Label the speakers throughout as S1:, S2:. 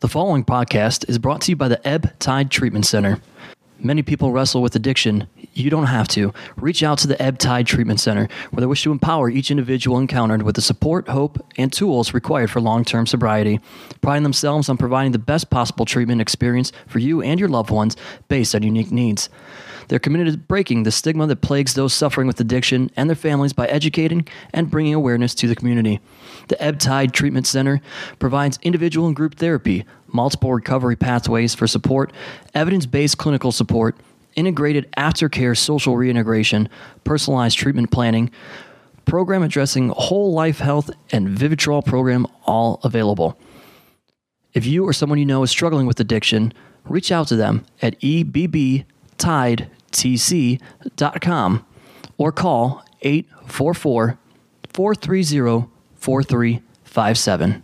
S1: The following podcast is brought to you by the Ebb Tide Treatment Center. Many people wrestle with addiction. You don't have to. Reach out to the Ebb Tide Treatment Center, where they wish to empower each individual encountered with the support, hope, and tools required for long term sobriety, priding themselves on providing the best possible treatment experience for you and your loved ones based on unique needs. They're committed to breaking the stigma that plagues those suffering with addiction and their families by educating and bringing awareness to the community. The Ebb Tide Treatment Center provides individual and group therapy, multiple recovery pathways for support, evidence based clinical support, integrated aftercare social reintegration, personalized treatment planning, program addressing whole life health, and Vivitrol program all available. If you or someone you know is struggling with addiction, reach out to them at E ebbtidetc.com or call 844 430 4357.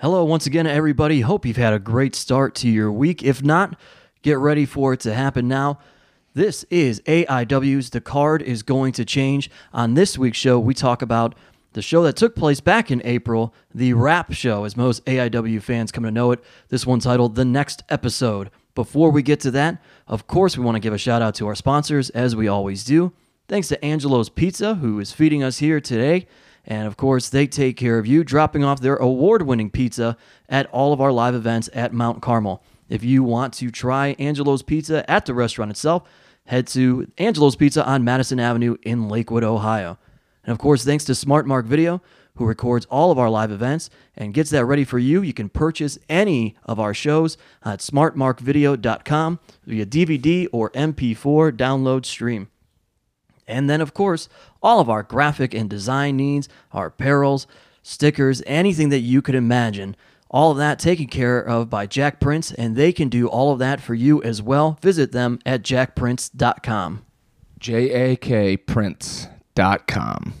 S1: Hello, once again, everybody. Hope you've had a great start to your week. If not, get ready for it to happen now. This is AIW's The Card is Going to Change. On this week's show, we talk about the show that took place back in April, the rap show, as most AIW fans come to know it. This one titled The Next Episode. Before we get to that, of course, we want to give a shout out to our sponsors, as we always do. Thanks to Angelo's Pizza, who is feeding us here today. And of course, they take care of you, dropping off their award winning pizza at all of our live events at Mount Carmel. If you want to try Angelo's Pizza at the restaurant itself, head to Angelo's Pizza on Madison Avenue in Lakewood, Ohio. And of course, thanks to Smart Mark Video, who records all of our live events and gets that ready for you. You can purchase any of our shows at smartmarkvideo.com via DVD or MP4 download stream. And then, of course, all of our graphic and design needs, our apparels, stickers, anything that you could imagine. All of that taken care of by Jack Prince, and they can do all of that for you as well. Visit them at jackprince.com.
S2: jakprince.com.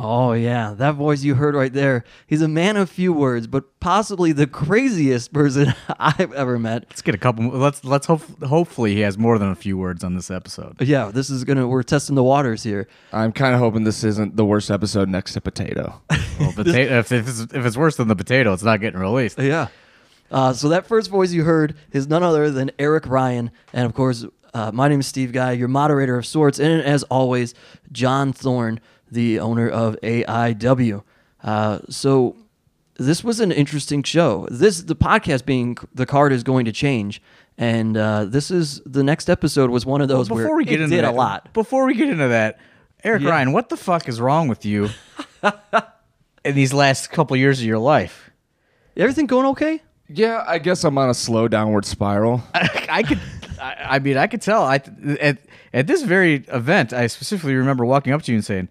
S1: Oh, yeah, that voice you heard right there. He's a man of few words, but possibly the craziest person I've ever met.
S3: Let's get a couple. Let's let's hope, hopefully he has more than a few words on this episode.
S1: Yeah, this is gonna, we're testing the waters here.
S2: I'm kind of hoping this isn't the worst episode next to Potato.
S3: Well, potato, if, it's, if it's worse than the potato, it's not getting released.
S1: Yeah. Uh, so that first voice you heard is none other than Eric Ryan, and of course, uh, my name is Steve Guy, your moderator of sorts, and as always, John Thorne, the owner of AIW. Uh, so this was an interesting show. This the podcast being the card is going to change, and uh, this is the next episode was one of those where
S3: Before we get
S1: it
S3: into
S1: did
S3: that,
S1: a lot.
S3: Before we get into that, Eric
S1: Yeah.
S3: Ryan, what the fuck is wrong with you in these last couple years of your life?
S1: Everything going okay?
S2: yeah, I guess I'm on a slow downward spiral.
S3: I, could. I, I mean, I could tell. I at at this very event, I specifically remember walking up to you and saying,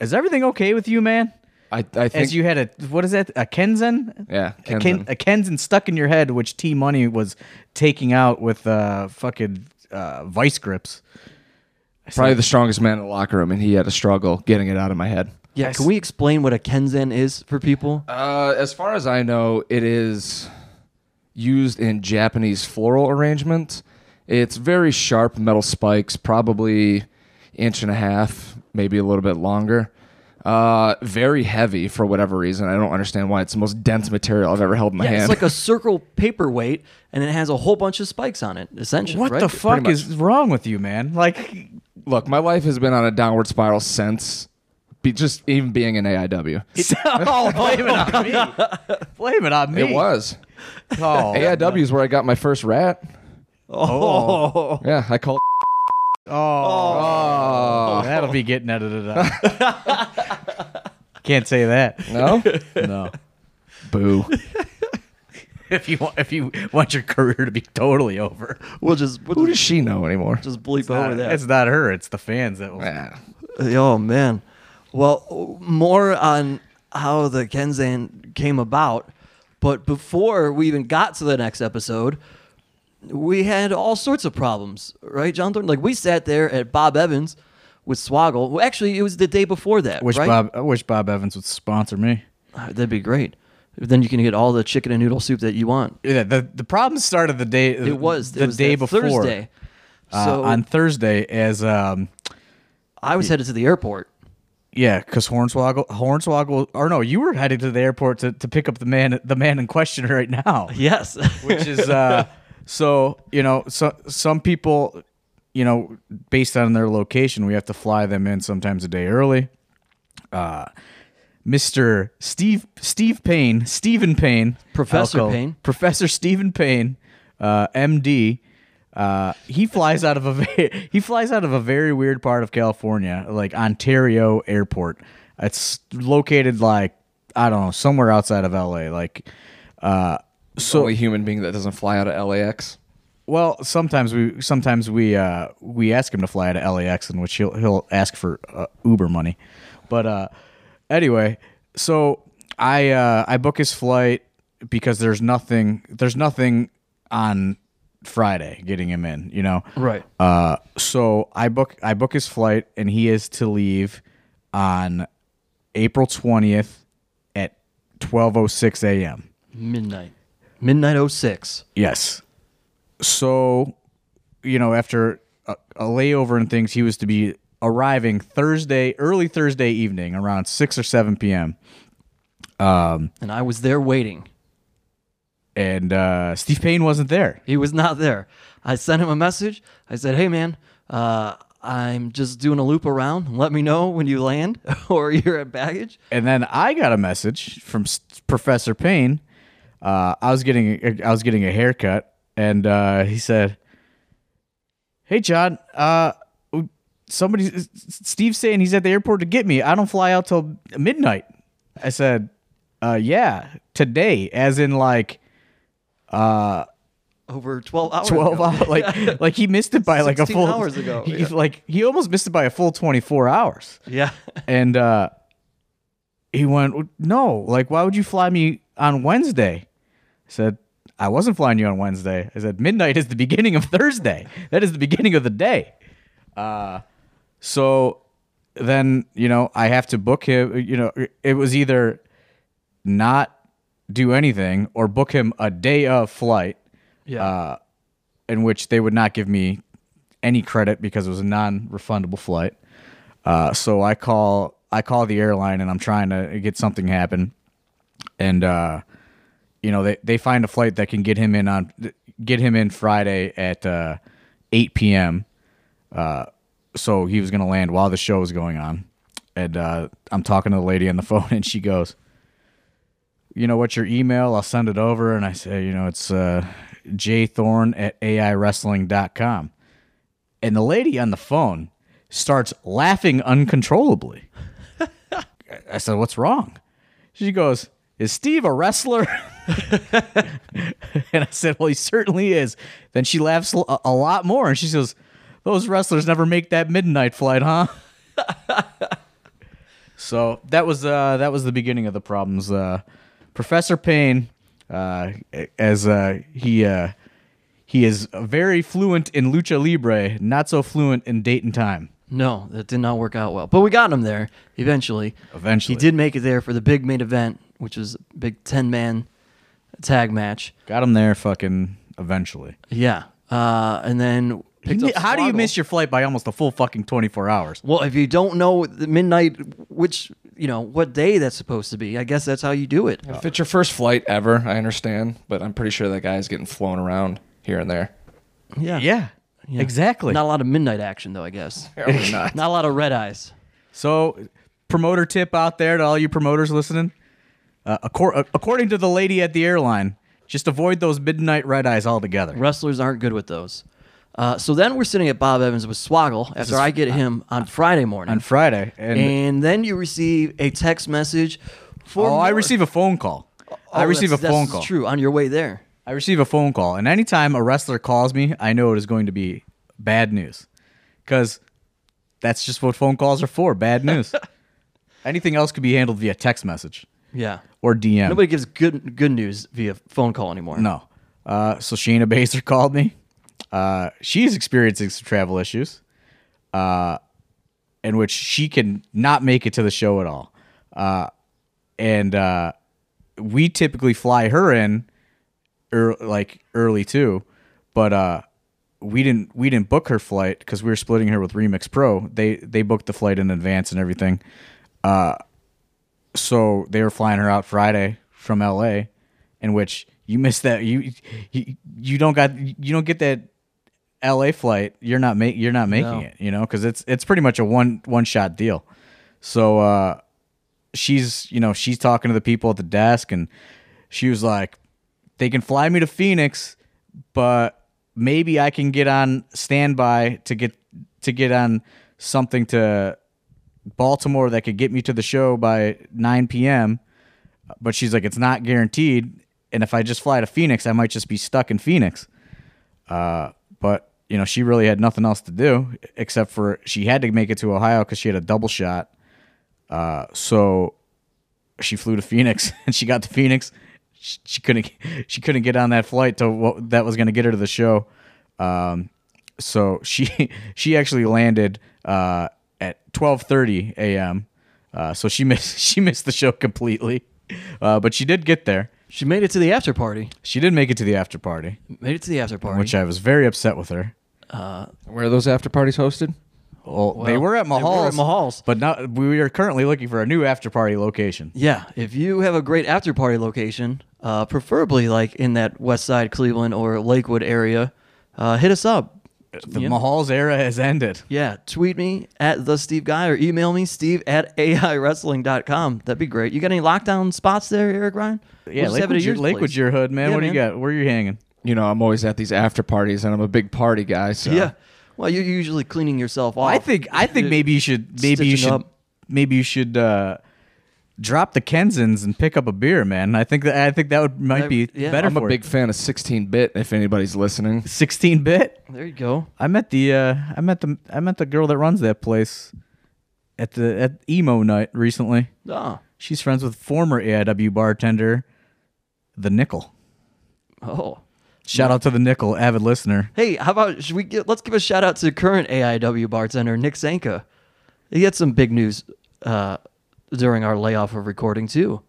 S3: "Is everything okay with you, man?"
S2: I, I think
S3: As you had a what is that a kenzen?
S2: Yeah,
S3: a, ken,
S2: Kenzen.
S3: a kenzen stuck in your head, which T Money was taking out with uh fucking uh vice grips.
S2: probably the strongest man in the locker room, and he had a struggle getting it out of my head.
S1: Yeah. Can we explain what a kenzen is for people?
S2: Uh, as far as I know, it is used in Japanese floral arrangements. It's very sharp metal spikes, probably inch and a half, maybe a little bit longer. Uh, very heavy for whatever reason. I don't understand why. It's the most dense material I've ever held in my
S1: Yeah,
S2: hand.
S1: it's like a circle paperweight, and it has a whole bunch of spikes on it. Essentially,
S3: What
S1: right?
S3: the fuck is wrong with you, man? Like,
S2: Look, my life has been on a downward spiral since be, just even being in AIW.
S3: oh, blame it on me. Blame it on me.
S2: It was.
S3: Oh,
S2: AIW is where I got my first rat. Oh. Yeah, I call it.
S3: oh, that'll be getting edited out. Can't say that.
S2: No?
S3: No.
S2: Boo.
S3: If you want, if you want your career to be totally over,
S1: We'll just we'll
S2: Who
S1: just,
S2: does she know anymore?
S1: just bleep
S3: Nah,
S1: over that.
S3: it's not her. It's the fans that will.
S2: Yeah.
S1: Oh man. Well, more on how the Kenzan came about, but before we even got to the next episode, we had all sorts of problems, right, John Thornton? Like we sat there at Bob Evans with Swoggle. Well, actually, it was the day before that.
S3: Wish
S1: right?
S3: Bob. I wish Bob Evans would sponsor me.
S1: Uh, That'd be great. Then you can get all the chicken and noodle soup that you want.
S3: Yeah, the the problem started the day.
S1: It was
S3: the
S1: it was
S3: day
S1: that
S3: before
S1: Thursday.
S3: uh,
S1: So
S3: on Thursday as um
S1: I was headed to the airport.
S3: yeah because Hornswoggle Hornswoggle or no you were headed to the airport to, to pick up the man the man in question right now
S1: Yes,
S3: which is uh so you know so some people you know based on their location we have to fly them in sometimes a day early. Uh, Mr. Steve Steve Payne Stephen Payne
S1: Professor
S3: I'll call-
S1: Payne.
S3: Professor Stephen Payne, uh, MD. Uh, he flies out of a ve- he flies out of a very weird part of California, like Ontario Airport. It's located like I don't know somewhere outside of LA. Like, uh,
S2: the
S3: so
S2: only human being that doesn't fly out of LAX.
S3: well, sometimes we sometimes we uh, we ask him to fly out of LAX, in which he'll he'll ask for uh, Uber money. But uh, anyway, so I uh, I book his flight because there's nothing there's nothing on Friday getting him in, you know.
S1: Right.
S3: Uh, so I book I book his flight, and he is to leave on April twentieth at twelve oh six a.m.
S1: midnight, midnight 06.
S3: Yes. So, you know, after a, a layover and things, he was to be arriving Thursday, early Thursday evening, around six or seven p.m.
S1: and I was there waiting.
S3: And uh, Steve Payne wasn't there.
S1: He was not there. I sent him a message. I said, "Hey, man, uh, I'm just doing a loop around. Let me know when you land or you're at baggage."
S3: And then I got a message from S- Professor Payne. Uh, I was getting I was getting a haircut, and uh, he said, "Hey, John, uh, somebody S- S- Steve's saying he's at the airport to get me. I don't fly out till midnight." I said, uh, "Yeah, today, as in like
S1: Over 12 hours.
S3: twelve
S1: ago.
S3: hours. Like like he missed it by like a
S1: 16
S3: full
S1: Oh, hours ago,
S3: He,
S1: yeah.
S3: Like he almost missed it by a full twenty four hours."
S1: Yeah.
S3: and uh he went no like why would you fly me on wednesday i said i wasn't flying you on wednesday i said midnight is the beginning of thursday that is the beginning of the day uh so then you know i have to book him you know it was either not do anything or book him a day of flight
S1: Yeah.
S3: Uh, in which they would not give me any credit because it was a non-refundable flight. Uh, so I call I call the airline and I'm trying to get something happen, and uh, you know they, they find a flight that can get him in on get him in Friday at uh, 8 p.m. Uh, so he was gonna land while the show was going on, and uh, I'm talking to the lady on the phone and she goes, you know, what's your email? I'll send it over. And I say, you know, it's uh, jthorn at aiwrestling.com. And the lady on the phone starts laughing uncontrollably. I said, what's wrong? She goes, is Steve a wrestler? and I said, well, he certainly is. Then she laughs a a lot more. And she says, those wrestlers never make that midnight flight, huh? So that was uh, that was the beginning of the problems. Uh, Professor Payne, uh, as uh, he uh, he is very fluent in lucha libre, not so fluent in date and time.
S1: no, that did not work out well. But we got him there eventually.
S3: Eventually.
S1: He did make it there for the big main event, which was a big 10 man tag match.
S3: Got him there, fucking eventually.
S1: Yeah. Uh, and then. picked up
S3: How do you
S1: Swoggle.
S3: miss your flight by almost a full fucking twenty four hours?
S1: Well, if you don't know the midnight, which, you know, what day that's supposed to be, I guess that's how you do it.
S2: If it's your first flight ever, I understand, but I'm pretty sure that guy's getting flown around here and there.
S1: Yeah.
S3: Yeah, exactly.
S1: Not a lot of midnight action, though, I guess.
S2: Probably not.
S1: Not a lot of red eyes.
S3: So, promoter tip out there to all you promoters listening. Uh, accor- according to the lady at the airline, just avoid those midnight red eyes altogether.
S1: Wrestlers aren't good with those. Uh, so then we're sitting at Bob Evans with Swoggle after I get him on Friday morning.
S3: on Friday, and,
S1: and then you receive a text message for.
S3: oh, I
S1: more-
S3: receive a phone call.
S1: Oh,
S3: I receive a
S1: that's-
S3: phone
S1: that's
S3: call.
S1: True, on your way there.
S3: I receive a phone call, and anytime a wrestler calls me, I know it is going to be bad news, because that's just what phone calls are for—bad news. Anything else could be handled via text message
S1: Yeah.
S3: or DM.
S1: Nobody gives good good news via phone call anymore.
S3: No. Uh, so Shayna Baszler called me. Uh, she's experiencing some travel issues, uh, in which she can not make it to the show at all. Uh, and uh, we typically fly her in, er, like early too, but uh, we didn't we didn't book her flight because we were splitting her with Remix Pro. They they booked the flight in advance and everything. Uh, so they were flying her out Friday from L.A., in which you missed that you you, you don't got you don't get that L.A. flight. You're not make you're not making
S1: No.
S3: it, you know, because it's it's pretty much a one one shot deal. So. uh she's you know she's talking to the people at the desk and she was like they can fly me to phoenix but maybe i can get on standby to get to get on something to baltimore that could get me to the show by 9 p.m but she's like it's not guaranteed and if i just fly to phoenix i might just be stuck in phoenix uh, but you know she really had nothing else to do except for she had to make it to ohio because she had a double shot uh, so she flew to Phoenix and she got to Phoenix. She, she couldn't she couldn't get on that flight to what that was going to get her to the show. Um, so she she actually landed uh, at 12:30 a.m. Uh, so she missed she missed the show completely. Uh, but she did get there.
S1: She made it to the after party.
S3: She did make it to the after party,
S1: Made it to the after party.
S3: which I was very upset with her.
S2: Where are those after parties hosted?
S3: Well, they were at
S1: they were at
S3: Mahal's.
S1: Mahal's.
S3: But now we are currently looking for a new after party location.
S1: yeah, if you have a great after party location, uh, preferably like in that West Side Cleveland or Lakewood area, uh, hit us up.
S3: The
S1: Yeah.
S3: Mahal's era has ended.
S1: Yeah, tweet me at the Steve Guy or email me Steve at AIWrestling.com. That'd be great. You got any lockdown spots there, Eric Ryan?
S3: Yeah, Lakewood's, your, Lakewood's your hood, man.
S1: Yeah,
S3: what do you
S1: man.
S3: got? Where are you hanging?
S2: You know, I'm always at these after parties, and I'm a big party guy. So
S1: Yeah. Well, you're usually cleaning yourself off.
S3: I think I think
S1: Dude,
S3: maybe you should maybe
S1: stitching
S3: you should
S1: up.
S3: maybe you should uh, drop the Kensins and pick up a beer, man. I think that I think that would might
S1: That-
S3: be
S1: yeah.
S3: better
S2: I'm a
S3: for
S2: big fan of 16-bit. If anybody's listening,
S3: sixteen bit.
S1: There you go.
S3: I met the uh, I met the I met the girl that runs that place at the at emo night recently.
S1: Ah.
S3: She's friends with former AIW bartender, the Nickel.
S1: Oh.
S3: Shout out to the Nickel, avid listener.
S1: Hey, how about should we get, let's give a shout out to current AIW bartender Nick Zanka. He had some big news uh, during our layoff of recording too.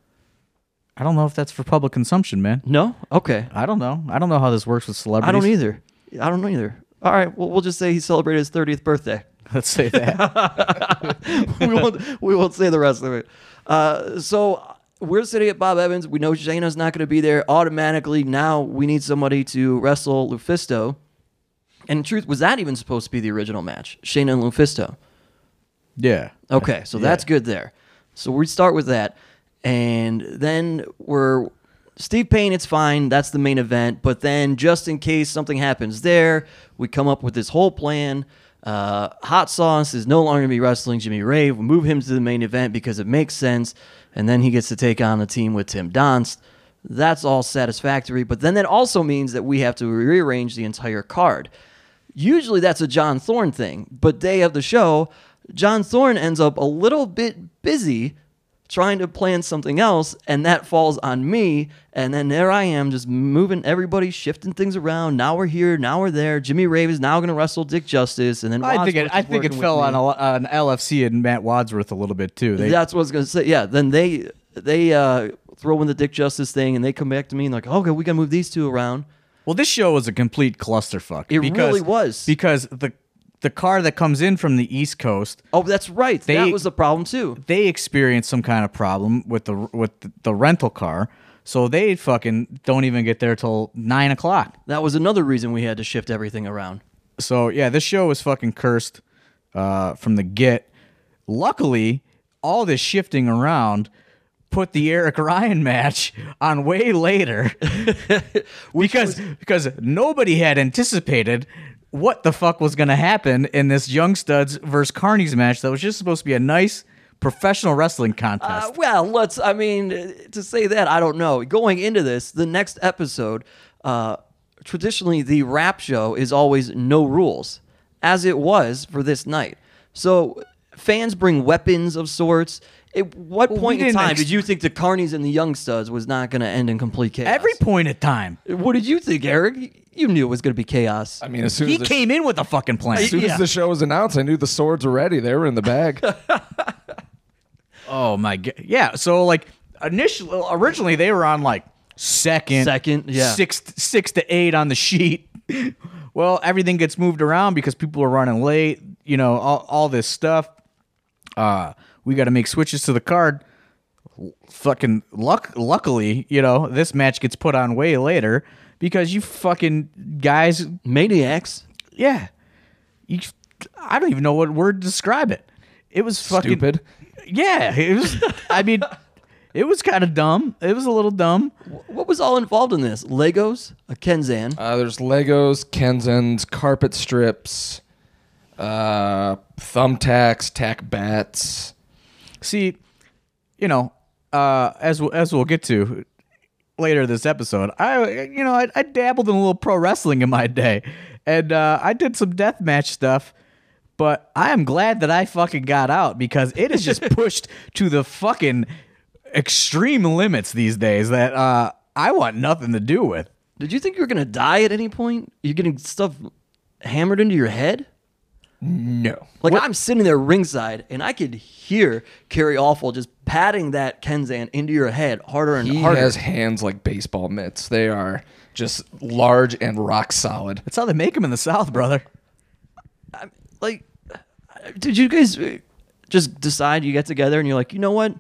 S3: I don't know if that's for public consumption, man.
S1: No, okay.
S3: I don't know. I don't know how this works with celebrities.
S1: I don't either. I don't know either. All right, well, we'll just say he celebrated his 30th birthday.
S3: Let's say that.
S1: we won't we won't say the rest of it. Uh, so we're sitting at Bob Evans. We know Shayna's not going to be there automatically. Now we need somebody to wrestle Lufisto. And in truth, was that even supposed to be the original match? Shayna and Lufisto.
S3: yeah.
S2: Oh,
S1: Okay, so that's good there. So we start with that, and then we're Steve Payne. It's fine. That's the main event. But then, just in case something happens there, we come up with this whole plan. Uh, Hot Sauce is no longer going to be wrestling Jimmy Ray. We move him to the main event because it makes sense, and then he gets to take on the team with Tim Donst. That's all satisfactory. But then that also means that we have to rearrange the entire card. Usually that's a John Thorne thing, but day of the show, John Thorne ends up a little bit busy trying to plan something else, and that falls on me. And then there I am, just moving everybody, shifting things around. Now we're here, now we're there. Jimmy Rave is now going to wrestle Dick Justice, and then
S3: I think it.
S1: Wadsworth
S3: I
S1: is
S3: think it
S1: working with
S3: fell
S1: me.
S3: on a, lo- on LFC and Matt Wadsworth a little bit too. They,
S1: That's what I was gonna say. Yeah, then they they uh, throw in the Dick Justice thing, and they come back to me and like, okay, we got to move these two around.
S3: well, this show was a complete clusterfuck.
S1: It really was.
S3: because the the car that comes in from the East Coast,
S1: Oh, that's right.
S3: They-
S1: that was the problem too.
S3: they experienced some kind of problem with the with the rental car, so they fucking don't even get there till nine o'clock.
S1: That was another reason we had to shift everything around.
S3: So yeah, this show was fucking cursed uh, from the get. Luckily, all this shifting around put the Eric Ryan match on way later because because nobody had anticipated what the fuck was going to happen in this Young Studs versus Carney's match that was just supposed to be a nice professional wrestling contest.
S1: Uh, well, let's. I mean, uh, to say that, I don't know. Going into this, the next episode, uh, traditionally the rap show is always no rules, as it was for this night. So fans bring weapons of sorts. At what
S3: Well, we
S1: point in
S3: didn't
S1: time
S3: ex-
S1: did you think the Carnies and the Young Studs was not going to end in complete chaos?
S3: Every point of time,
S1: what did you think, Eric? You knew it was going to be chaos.
S2: I mean, as soon
S3: he
S2: as the,
S3: came in with a fucking plan.
S2: as soon
S1: yeah.
S2: as the show was announced, I knew the swords were ready. They were in the bag.
S3: Oh my god! Yeah, so like initially originally they were on like second,
S1: Second, yeah.
S3: sixth, six to eight on the sheet. well, everything gets moved around because people are running late. You know, all, all this stuff. Uh, we got to make switches to the card. Fucking luck. Luckily, you know, this match gets put on way later because you fucking guys
S1: Maniacs.
S3: yeah. You, I don't even know what word to describe it. It was fucking
S2: Stupid.
S3: Yeah, it was. I mean, it was kind of dumb. It was a little dumb.
S1: What was all involved in this? Legos, a Kenzan.
S2: Uh, there's Legos, Kenzans, carpet strips, uh, thumbtacks, tack bats.
S3: See, you know, uh, as we- as we'll get to later this episode, I you know I, I dabbled in a little pro wrestling in my day, and uh, I did some death match stuff. But I am glad that I fucking got out because it is just pushed to the fucking extreme limits these days that uh, I want nothing to do with.
S1: Did you think you were gonna die at any point? You're getting stuff hammered into your head.
S2: No.
S1: Like I'm sitting there ringside, and I could hear Kerry Awful just patting that Kenzan into your head harder and
S2: He
S1: harder.
S2: has hands like baseball mitts. They are just large and rock solid.
S3: That's how they make them in the South, brother.
S1: like, did you guys uh, just decide you get together and you're like, you know what?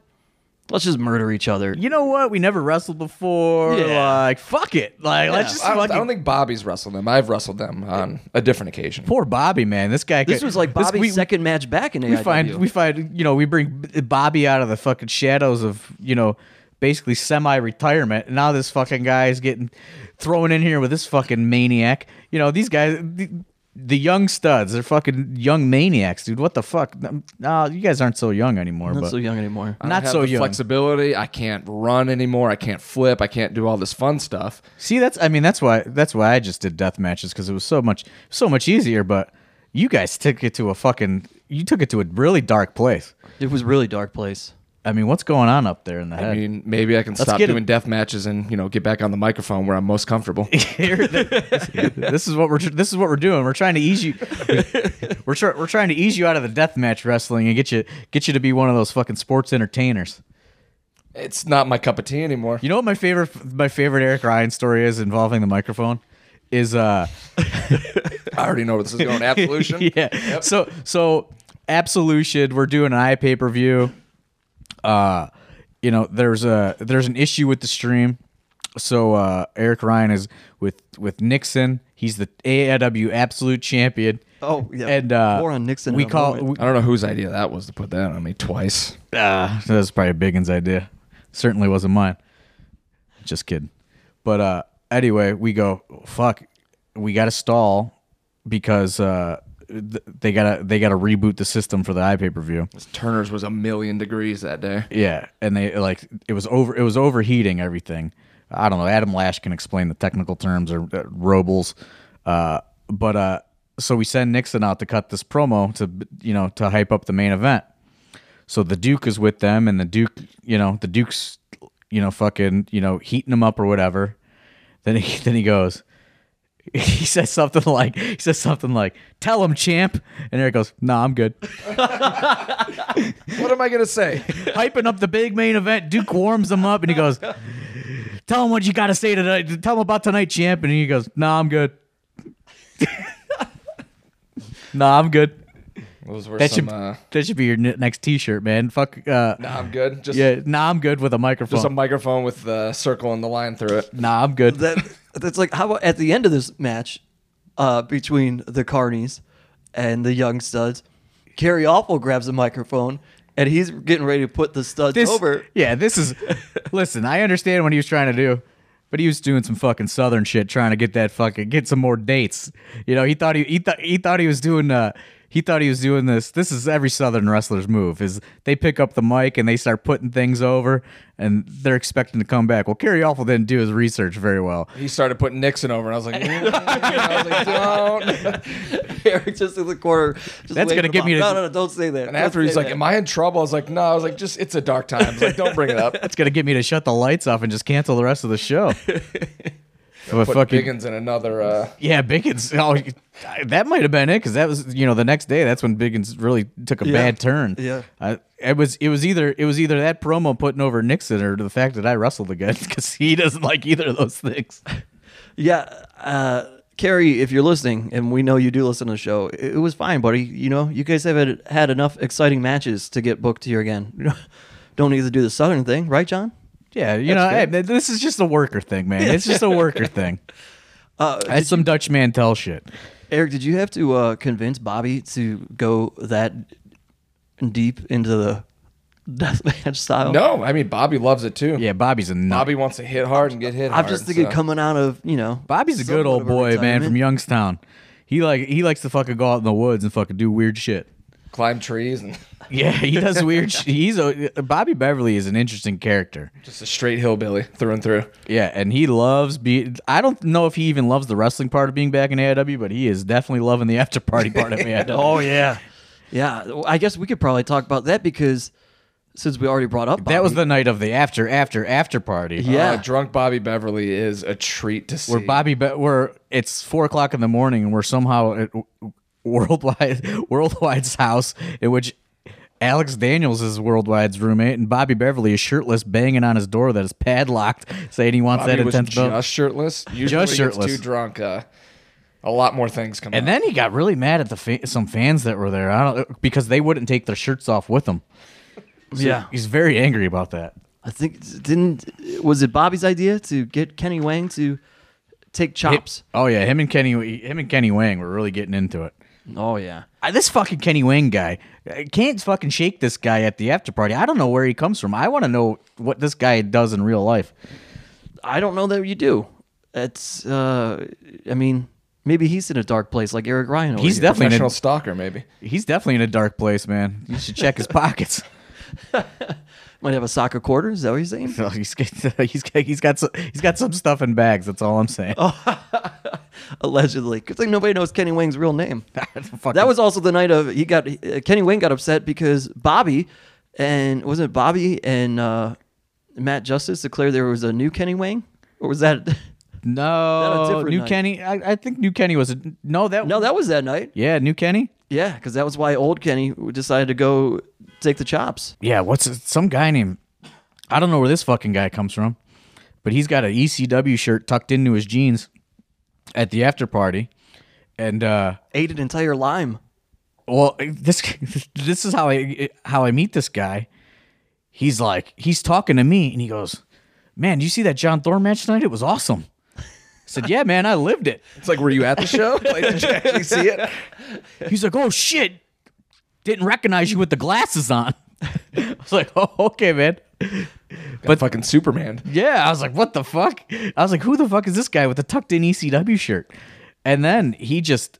S1: Let's just murder each other.
S3: You know what? We never wrestled before.
S1: Yeah.
S3: Like fuck it. Like let's
S1: Yeah.
S3: just
S2: I, don't- I
S3: fucking.
S2: don't think Bobby's wrestled them. I've wrestled them on a different occasion.
S3: Poor Bobby, man. This guy.
S1: This
S3: could-
S1: was like
S3: this-
S1: Bobby's
S3: we-
S1: second match back in AIW.
S3: We find we find you know we bring B- Bobby out of the fucking shadows of you know basically semi-retirement, and now this fucking guy is getting thrown in here with this fucking maniac. You know these guys, the, the young studs, they're fucking young maniacs, dude. What the fuck? No, you guys aren't so young anymore.
S1: not
S3: but
S1: so young anymore.
S2: I don't
S3: not
S2: have
S3: so
S2: the
S3: young.
S2: Flexibility. I can't run anymore. I can't flip. I can't do all this fun stuff.
S3: See, that's I mean that's why that's why I just did death matches because it was so much so much easier. But you guys took it to a fucking you took it to a really dark place.
S1: It was really dark place.
S3: I mean, what's going on up there in the head?
S2: I mean, maybe I can stop
S3: get it-
S2: doing death matches and you know get back on the microphone where I'm most comfortable.
S3: Here- this is what we're this is what we're doing. We're trying to ease you. We're try, we're trying to ease you out of the deathmatch wrestling and get you get you to be one of those fucking sports entertainers.
S2: it's not my cup of tea anymore.
S3: You know what my favorite my favorite Eric Ryan story is involving the microphone is uh
S2: I already know where this is going. Absolution.
S3: yeah. So so absolution. We're doing an eye pay per view. Uh, you know, there's a there's an issue with the stream. So uh, Eric Ryan is with with Nixon. He's the AIW absolute champion.
S1: Oh, yeah.
S3: And uh,
S1: More on Nixon in
S3: We
S1: a
S3: call
S1: moment.
S3: we,
S2: I don't know whose idea that was to put that on me twice.
S3: uh, that was probably Biggin's idea. Certainly wasn't mine. Just kidding. But uh, anyway, we go fuck. We got to stall because uh, th- they gotta they gotta reboot the system for the eye pay per view.
S2: Turner's was a million degrees that day.
S3: Yeah, and they like it was over it was overheating everything. I don't know. Adam Lash can explain the technical terms or uh, Robles, uh, but uh, so we send Nixon out to cut this promo to you know to hype up the main event. So the Duke is with them, and the Duke, you know, the Duke's, you know, fucking, you know, heating him up or whatever. Then he then he goes, he says something like he says something like, "Tell him, champ," and Eric goes, "Nah, I'm good."
S2: What am I gonna say?
S3: hyping up the big main event. Duke warms him up and he goes, "Tell him what you got to say tonight. Tell him about tonight, champ." And he goes, "No, nah, I'm good. no, nah, I'm good.
S2: Those were
S3: That
S2: some.
S3: should
S2: uh,
S3: that should be your ne- next T-shirt, man. Fuck. Uh,
S2: nah, I'm good. Just
S3: yeah, nah, I'm good with a microphone.
S2: just a microphone with the circle and the line through it.
S3: nah, I'm good.
S1: that that's like how about at the end of this match uh, between the Carnies and the young studs, Kerry Awful grabs a microphone and he's getting ready to put the studs
S3: this,
S1: over.
S3: Yeah, this is. listen, I understand what he was trying to do, but he was doing some fucking southern shit, trying to get that fucking get some more dates. You know, he thought he he thought he thought he was doing. Uh, he thought he was doing this. This is every southern wrestler's move: is they pick up the mic and they start putting things over, and they're expecting to come back. Well, Kerry Awful didn't do his research very well.
S2: He started putting Nixon over, and I was like, mm, I was like, don't.
S1: Eric just in the corner. Just
S3: That's gonna
S1: waving
S3: give
S1: him
S3: me
S1: off.
S3: the-
S1: no, no, no, don't say that.
S2: And after he's like, "Am I in trouble?" I was like, "No." I was like, "Just it's a dark time." I was like, "Don't bring it up."
S3: That's gonna get me to shut the lights off and just cancel the rest of the show. For
S2: Put
S3: fucking
S2: Biggins in another. Uh,
S3: yeah, Biggins. Oh, that might have been it because that was you know the next day. That's when Biggins really took a
S1: Yeah.
S3: bad turn.
S1: Yeah.
S3: Uh, it was it was either it was either that promo putting over Nixon or the fact that I wrestled again because he doesn't like either of those things.
S1: Yeah, uh, Carrie, if you're listening, and we know you do listen to the show, it, it was fine, buddy. You know, you guys have had, had enough exciting matches to get booked here again. Don't need to do the Southern thing, right, John?
S3: Yeah, you know, hey, man, this is just a worker thing, man. It's just a worker thing.
S1: Uh,
S3: That's some Dutch Mantel shit.
S1: Eric, did you have to uh, convince Bobby to go that deep into the deathmatch style?
S2: no, I mean Bobby loves it too.
S3: Yeah, Bobby's a nut.
S2: Bobby wants to hit hard and get hit.
S1: I'm
S2: hard,
S1: just thinking
S2: so.
S1: coming out of, you know.
S3: Bobby's a good old
S1: somewhat of a
S3: boy, man, from
S1: retirement.
S3: Youngstown. He like he likes to fucking go out in the woods and fucking do weird shit.
S2: climb trees and
S3: Yeah, he does weird. sh- He's a Bobby Beverly is an interesting character.
S2: just a straight hillbilly through Uh, and through.
S3: Yeah, and he loves be. I don't know if he even loves the wrestling part of being back in AIW, but he is definitely loving the after party part of E AIW.
S1: Oh, yeah. Yeah, well, I guess we could probably talk about that because since we already brought up Bobby,
S3: that was the night of the after after after party.
S1: Yeah.
S2: Uh, drunk Bobby Beverly is a treat to see.
S3: where Bobby, Be- where it's four o'clock in the morning, and we're somehow at worldwide worldwide's house, in which Alex Daniels is worldwide's roommate, and Bobby Beverly is shirtless, banging on his door that is padlocked, saying he wants
S2: Bobby
S3: that
S2: was
S3: intense
S2: just
S3: belt.
S2: shirtless. Usually when he gets
S3: shirtless.
S2: too drunk. Uh, a lot more things come.
S3: And
S2: out.
S3: then he got really mad at the fa- some fans that were there. I don't because they wouldn't take their shirts off with them.
S1: yeah.
S3: He's very angry about that.
S1: I think didn't was it Bobby's idea to get Kenny Wang to take chops?
S3: Oh yeah, him and Kenny, him and Kenny Wang were really getting into it.
S1: Oh yeah,
S3: I, this fucking Kenny Wayne guy I can't fucking shake this guy at the after party. I don't know where he comes from. I want to know what this guy does in real life.
S1: I don't know that you do. It's uh, I mean maybe he's in a dark place like Eric Ryan. Over
S3: He's
S1: here.
S3: definitely in
S2: professional
S3: a,
S2: stalker maybe.
S3: he's definitely in a dark place, man. You should check his pockets.
S1: might have a sock of quarters. Is that what you're saying?
S3: No, he's got- he's got- he's got some, he's got some stuff in bags. That's all I'm saying. Oh,
S1: Allegedly, because like nobody knows Kenny Wang's real name. That was also the night of he got uh, Kenny Wayne got upset because Bobby and wasn't it Bobby and uh, Matt Justice declared there was a new Kenny Wang, or was that that a
S3: no
S1: different
S3: new
S1: night?
S3: Kenny. I, I think new Kenny was a, no that
S1: no? That was that night.
S3: yeah new Kenny.
S1: Yeah, because that was why old Kenny decided to go take the chops.
S3: Yeah, what's his- some guy named? I don't know where this fucking guy comes from, but he's got an ECW shirt tucked into his jeans at the after party, and uh,
S1: Ate an entire lime.
S3: well, this this is how I how I meet this guy. He's like he's talking to me, and he goes, "Man, you see that John Thorne match tonight? It was awesome." I said, "Yeah, man, I lived it."
S2: It's like, were you at the show? Like, did you actually see it?
S3: He's like, "Oh shit, didn't recognize you with the glasses on." I was like, "Oh, okay, man."
S2: But fucking Superman.
S3: Yeah, I was like, what the fuck? I was like, who the fuck is this guy with the tucked in ECW shirt? And then he just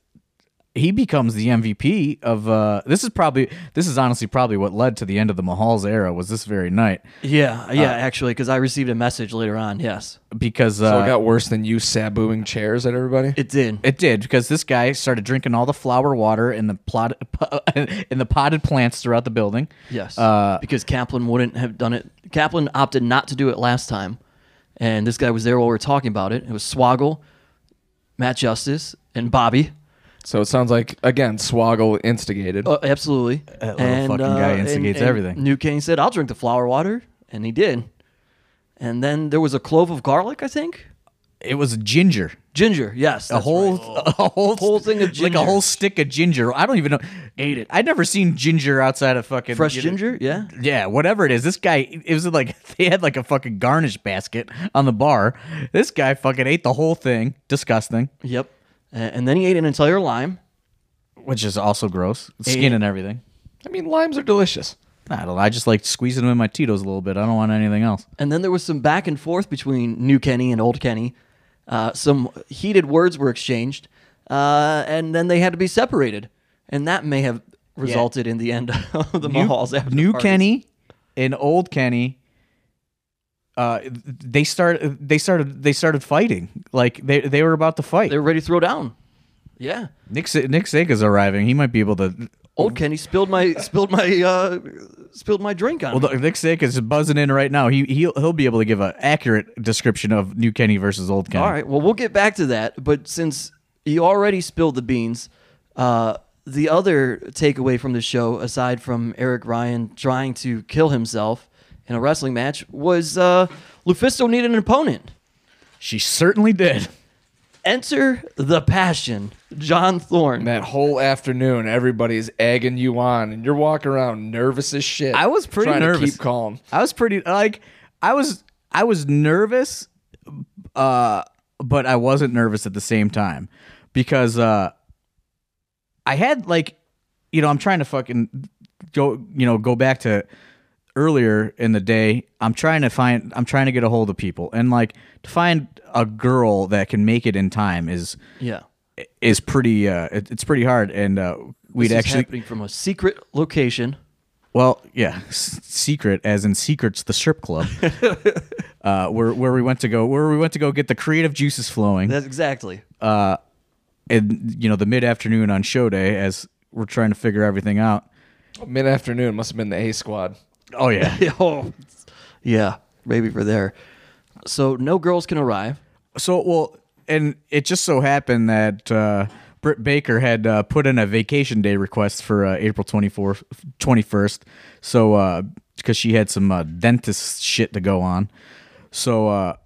S3: he becomes the MVP of uh this is probably this is honestly probably what led to the end of the Mahal's era was this very night
S1: Yeah, yeah, actually, because I received a message later on. Yes,
S3: because
S2: So
S3: uh
S2: it got worse than you sabooing chairs at everybody.
S1: it did.
S3: it did because this guy started drinking all the flower water in the plot in the potted plants throughout the building.
S1: yes,
S3: Uh
S1: because Kaplan wouldn't have done it. Kaplan opted not to do it last time, and this guy was there while we were talking about it. It was Swoggle, Matt Justice, and Bobby.
S2: So it sounds like again, Swoggle instigated.
S1: Uh, absolutely, uh,
S3: That little fucking guy instigates everything.
S1: New King said, "I'll drink the flower water," and he did. And then there was a clove of garlic, I think.
S3: it was ginger.
S1: Ginger, yes,
S3: a whole, a whole,
S1: Whole thing of
S3: like
S1: ginger.
S3: a whole stick of ginger. I don't even know. Ate it. I'd never seen ginger outside of fucking
S1: fresh
S3: you know-
S1: ginger, yeah.
S3: Yeah, whatever it is. This guy, it was like they had like a fucking garnish basket on the bar. This guy fucking ate the whole thing. Disgusting,
S1: Yep. A- And then he ate an entire lime.
S3: which is also gross. Skin and everything.
S2: I mean, limes are delicious.
S3: I don't. know. I just like squeezing them in my Tito's a little bit. I don't want anything else.
S1: And then there was some back and forth between new Kenny and old Kenny. Uh, some heated words were exchanged, uh, and then they had to be separated. And that may have resulted in the end of the Mahal's after
S3: new
S1: parties.
S3: Kenny and old Kenny. Uh, they start. They started. They started fighting. Like they they were about to fight.
S1: They were ready to throw down. Yeah.
S3: Nick Sa- Nick Saka's arriving. He might be able to
S1: Old Kenny spilled my spilled my uh, spilled my drink on.
S3: Well,
S1: me.
S3: look, Nick Sick is buzzing in right now. He he'll, he'll be able to give an accurate description of New Kenny versus Old Kenny.
S1: All right. Well, we'll get back to that. But since you already spilled the beans, uh, the other takeaway from the show, aside from Eric Ryan trying to kill himself in a wrestling match, was uh, Lufisto needed an opponent.
S3: She certainly did.
S1: Enter the passion, John Thorne.
S2: And that whole afternoon, everybody's egging you on, and you're walking around nervous as shit.
S3: I was pretty
S2: trying
S3: nervous.
S2: To keep calm.
S3: I was pretty like I was I was nervous, uh, but I wasn't nervous at the same time because uh, I had like you know I'm trying to fucking go you know go back to earlier in the day. I'm trying to find I'm trying to get a hold of people and like to find a girl that can make it in time is
S1: Yeah.
S3: is pretty uh, it, it's pretty hard and uh, we'd
S1: This is
S3: actually
S1: happening from a secret location.
S3: Well, yeah, s- secret as in secrets, the strip club, uh, where where we went to go, where we went to go get the creative juices flowing,
S1: That's exactly.
S3: and you know the mid afternoon on show day as we're trying to figure everything out.
S2: Mid afternoon must have been the A squad.
S3: Oh yeah,
S1: oh, yeah. Maybe for there. So no girls can arrive.
S3: so well, and it just so happened that uh, Britt Baker had uh, put in a vacation day request for uh, April 24th, 21st. So because she had some uh, dentist shit to go on, so uh,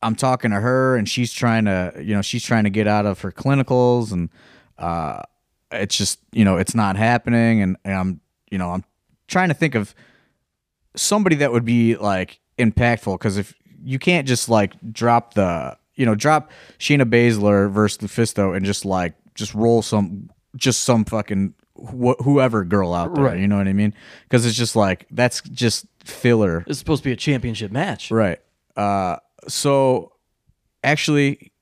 S3: I'm talking to her, and she's trying to you know she's trying to get out of her clinicals, and uh, it's just you know it's not happening, and, and I'm you know I'm trying to think of somebody that would be like impactful because if you can't just like drop the you know drop Sheena Baszler versus Lufisto and just like just roll some just some fucking wh- whoever girl out there, you know what I mean? Because it's just like that's just filler,
S1: It's supposed to be a championship match.
S3: right? Uh, so actually,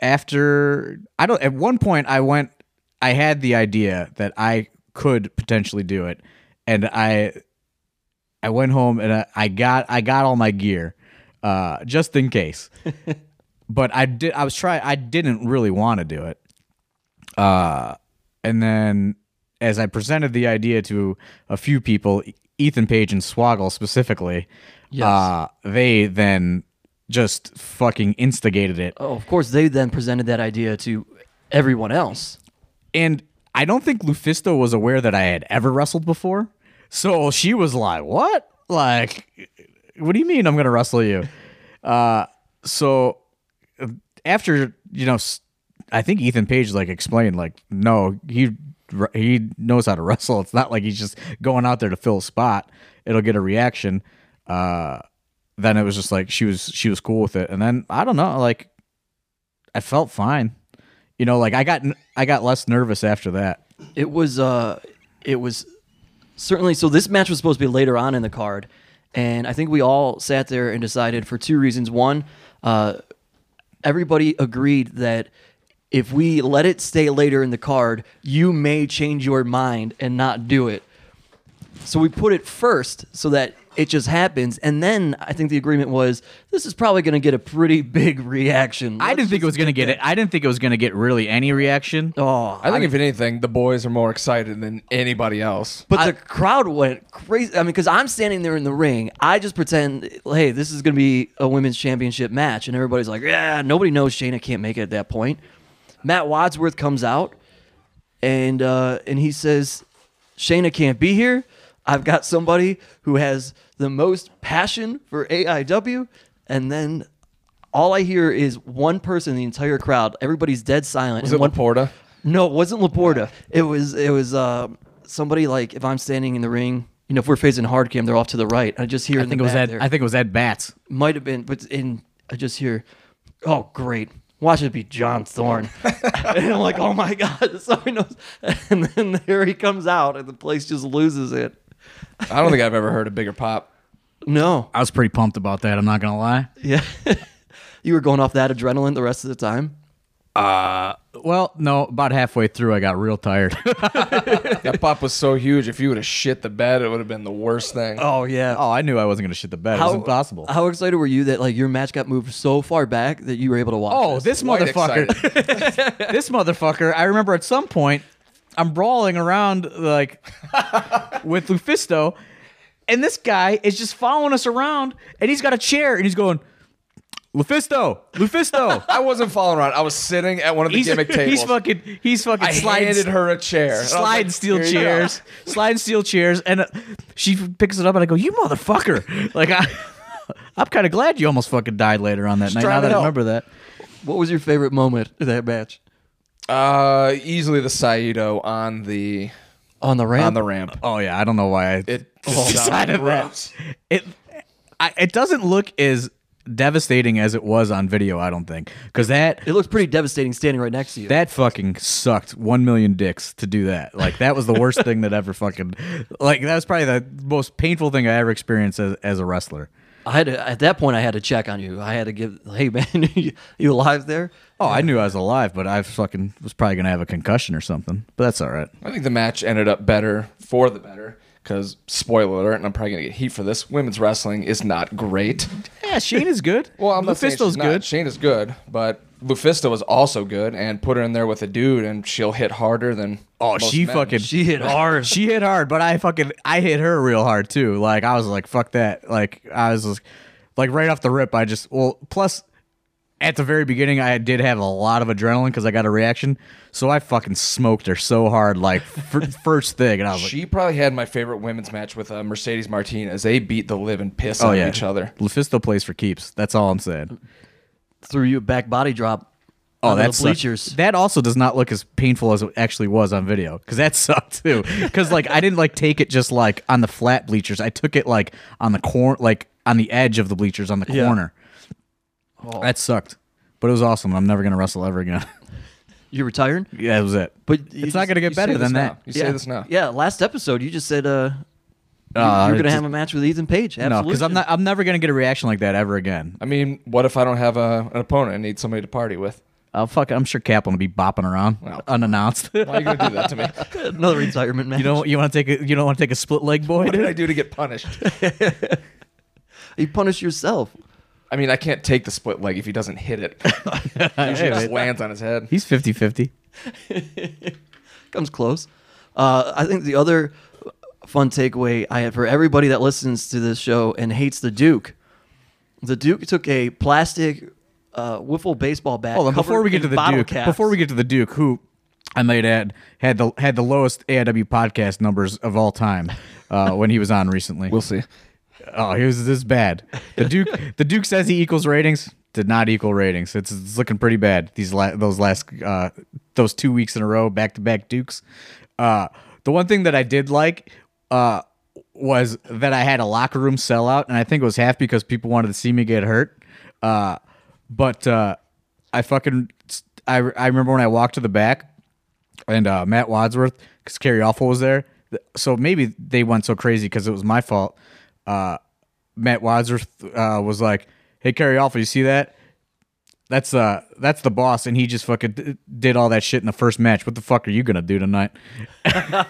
S3: after I don't at one point I went I had the idea that I could potentially do it, and I I went home and I, I got I got all my gear, uh, just in case. but I did I was trying I didn't really want to do it. Uh, and then as I presented the idea to a few people, E, Ethan Page and Swoggle specifically,
S1: Yes.
S3: uh, they then just fucking instigated it.
S1: Oh, of course, they then presented that idea to everyone else.
S3: And I don't think Lufisto was aware that I had ever wrestled before. So she was like, What? Like, what do you mean I'm going to wrestle you? Uh, so uh, after, you know, s- I think Ethan Page like explained, like, no, he r- he knows how to wrestle. It's not like he's just going out there to fill a spot. It'll get a reaction. Uh, then it was just like she was she was cool with it. And then I don't know, like I felt fine. You know, like I got I got less nervous after that.
S1: It was, uh, it was certainly. So this match was supposed to be later on in the card, and I think we all sat there and decided for two reasons. One, uh, everybody agreed that if we let it stay later in the card, you may change your mind and not do it. So we put it first so that it just happens. And then I think the agreement was this is probably going to get a pretty big reaction.
S3: I didn't think it was gonna get it. I didn't think it was gonna get really any reaction.
S1: Oh,
S2: I think if anything, the boys are more excited than anybody else.
S1: But the crowd went crazy. I mean, because I'm standing there in the ring. I just pretend, hey, this is going to be a women's championship match. And everybody's like, yeah, nobody knows Shayna can't make it at that point. Matt Wadsworth comes out and, uh, and he says, Shayna can't be here. I've got somebody who has the most passion for AIW. And then all I hear is one person in the entire crowd. Everybody's dead silent.
S2: Was
S1: and
S2: it
S1: one,
S2: Laporta?
S1: no, it wasn't Laporta. It was it was uh, somebody like if I'm standing in the ring, you know, if we're facing hard cam, they're off to the right. I just hear
S3: I
S1: in
S3: think
S1: the
S3: it was
S1: back
S3: at
S1: there.
S3: I think it was at bats.
S1: might have been, but in I just hear, oh great, watch it be John Thorne, and I'm like, oh my god, somebody knows. And then there he comes out, and the place just loses it.
S2: I don't think I've ever heard a bigger pop.
S1: No,
S3: I was pretty pumped about that. I'm not gonna lie.
S1: yeah, you were going off that adrenaline the rest of the time.
S3: Well, no, about halfway through, I got real tired.
S2: That pop was so huge. If you would have shit the bed, it would have been the worst thing.
S1: Oh yeah.
S3: oh, I knew I wasn't gonna shit the bed. it was impossible.
S1: How excited were you that like your match got moved so far back that you were able to watch?
S3: oh, this
S2: Quite
S3: motherfucker! this motherfucker! I remember at some point. I'm brawling around like with Lufisto, and this guy is just following us around, and he's got a chair, and he's going, Lufisto, Lufisto.
S2: I wasn't following around. I was sitting at one of the
S3: He's,
S2: gimmick tables.
S3: he's fucking he's fucking
S2: I
S3: sliding
S2: handed her a chair. And I was
S3: slide
S2: like,
S3: and steel
S2: "Here you go."
S3: chairs, slide and steel chairs, and uh, she f- picks it up, and I go, "You motherfucker!" Like I, I'm kind of glad you almost fucking died later on that night.
S2: trying to
S3: Now that I
S2: help.
S3: remember that,
S1: What was your favorite moment of that match?
S2: Uh, easily the Saito on the
S1: On the ramp?
S2: on the ramp.
S3: oh yeah, I don't know why I,
S2: It
S3: decided that.
S2: gross.
S3: it I, it doesn't look as devastating as it was on video. I don't think because that
S1: it looks pretty devastating standing right next to you.
S3: that fucking sucked. One million dicks to do that. Like that was the worst thing that ever fucking like that was probably the most painful thing I ever experienced as, as a wrestler.
S1: I had to, at that point I had to check on you. I had to give, hey man, you, you alive there?
S3: Oh, I knew I was alive, but I fucking was probably gonna have a concussion or something. But that's all right.
S2: I think the match ended up better for the better because spoiler alert, and I'm probably gonna get heat for this. Women's wrestling is not great.
S3: Yeah, Shane is good.
S2: Well, I'm not saying
S3: Lufisto's
S2: she's not. Shane is good, but Lufisto was also good, and put her in there with a dude, and she'll hit harder than.
S3: Oh,
S2: most
S3: she
S2: men.
S3: fucking
S1: She hit hard.
S3: she hit hard, but I fucking I hit her real hard too. Like I was like fuck that. Like I was just, like right off the rip. I just well plus at the very beginning I did have a lot of adrenaline because I got a reaction, so I fucking smoked her so hard like f- first thing, and I was like,
S2: She probably had my favorite women's match with uh, Mercedes Martinez. They beat the living piss
S3: oh
S2: out
S3: yeah,
S2: of each other.
S3: Lufisto plays for keeps. That's all I'm saying.
S1: Threw you a back body drop.
S3: Oh,
S1: onto
S3: that
S1: the
S3: sucked.
S1: bleachers.
S3: That also does not look as painful as it actually was on video because that sucked too. Because like I didn't like take it just like on the flat bleachers. I took it like on the corner, like on the edge of the bleachers on the
S1: Yeah. Oh.
S3: corner. That sucked, but it was awesome. I'm never gonna wrestle ever again.
S1: You retired?
S3: yeah, that was it.
S1: But
S3: it's not gonna get
S2: You
S3: better
S2: say
S3: than
S2: this now.
S3: that.
S2: You say this now.
S1: Yeah, last episode you just said uh, you,
S3: Uh,
S1: you're gonna
S3: it's-
S1: have a match with Ethan Page.
S3: No,
S1: Absolutely.
S3: because I'm not. I'm never gonna get a reaction like that ever again.
S2: I mean, what if I don't have a, an opponent and need somebody to party with?
S3: I'll fuck. I'm sure Kaplan will be bopping around unannounced. you
S2: Why are you gonna do that to me?
S1: another retirement match. You
S3: don't. You want to take a. You don't want to take a split leg boy.
S2: What did I do to get punished?
S1: you punish yourself.
S2: I mean, I can't take the split leg if he doesn't hit it. Usually it just lands on his head.
S3: He's 50-50.
S1: Comes close. Uh, I think the other fun takeaway I had for everybody that listens to this show and hates the Duke, the Duke took a plastic uh, wiffle baseball bat.
S3: Hold on, before
S1: covered
S3: we get
S1: in
S3: to the
S1: bottle
S3: Duke,
S1: caps.
S3: before we get to the Duke, who I might add had the had the lowest AIW podcast numbers of all time uh, when he was on recently.
S2: We'll see.
S3: oh, he was this bad. The Duke, the Duke says he equals ratings. Did not equal ratings. It's, it's looking pretty bad. These la- those last uh, those two weeks in a row, back to back Dukes. Uh, the one thing that I did like uh, was that I had a locker room sellout, and I think it was half because people wanted to see me get hurt. Uh, but uh, I fucking I, I remember when I walked to the back and uh, Matt Wadsworth because Kerry Awful was there. Th- So maybe they went so crazy because it was my fault. Uh, Matt Wadsworth uh, was like, "Hey, Kerry Awful, you see that? That's uh, that's the boss." And he just fucking d- did all that shit in the first match. What the fuck are you gonna do tonight?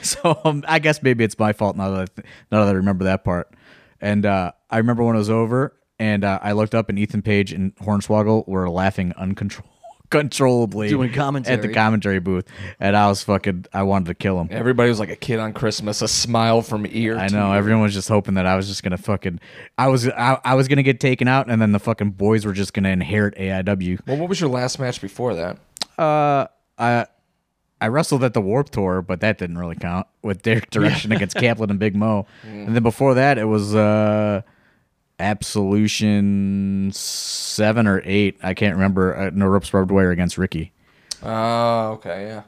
S3: so um, I guess maybe it's my fault now that I th- now that I remember that part. And uh, I remember when it was over, and uh, I looked up, and Ethan Page and Hornswoggle were laughing uncontrollably. Controllably
S1: Doing
S3: at the
S1: commentary.
S3: commentary booth, and I was fucking. I wanted to kill him.
S2: Everybody was like a kid on Christmas, a smile from ear.
S3: I
S2: to
S3: know
S2: ear.
S3: everyone was just hoping that I was just gonna fucking. I was I, I was gonna get taken out, and then the fucking boys were just gonna inherit AIW.
S2: Well, what was your last match before that?
S3: Uh, I I wrestled at the Warp Tour, but that didn't really count with Derek Direction against Kaplan and Big Mo. And then before that, it was uh Absolution seven or eight. I can't remember. Uh, no ropes barbed wire against Ricky.
S2: Oh, okay, yeah.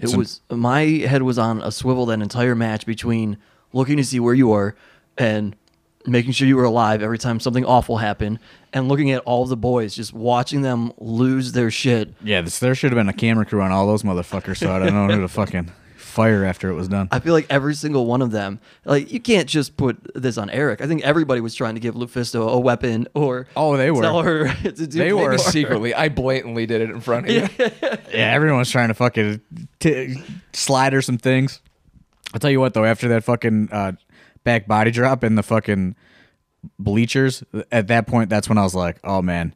S1: It was my head was on a swivel that entire match between looking to see where you were and making sure you were alive every time something awful happened and looking at all the boys just watching them lose their shit.
S3: Yeah, this, there should have been a camera crew on all those motherfuckers, so I don't know who to fucking fire after it was done.
S1: I feel like every single one of them, like you can't just put this on Eric. I think everybody was trying to give Lufisto a weapon or
S3: Oh, they were.
S1: tell her to do
S3: They
S2: Maybe
S3: were.
S2: secretly. I blatantly did it in front of you.
S3: Yeah, everyone's trying to fucking t- slide her some things. I'll tell you what, though, after that fucking uh, back body drop and the fucking bleachers, at that point, that's when I was like, oh man,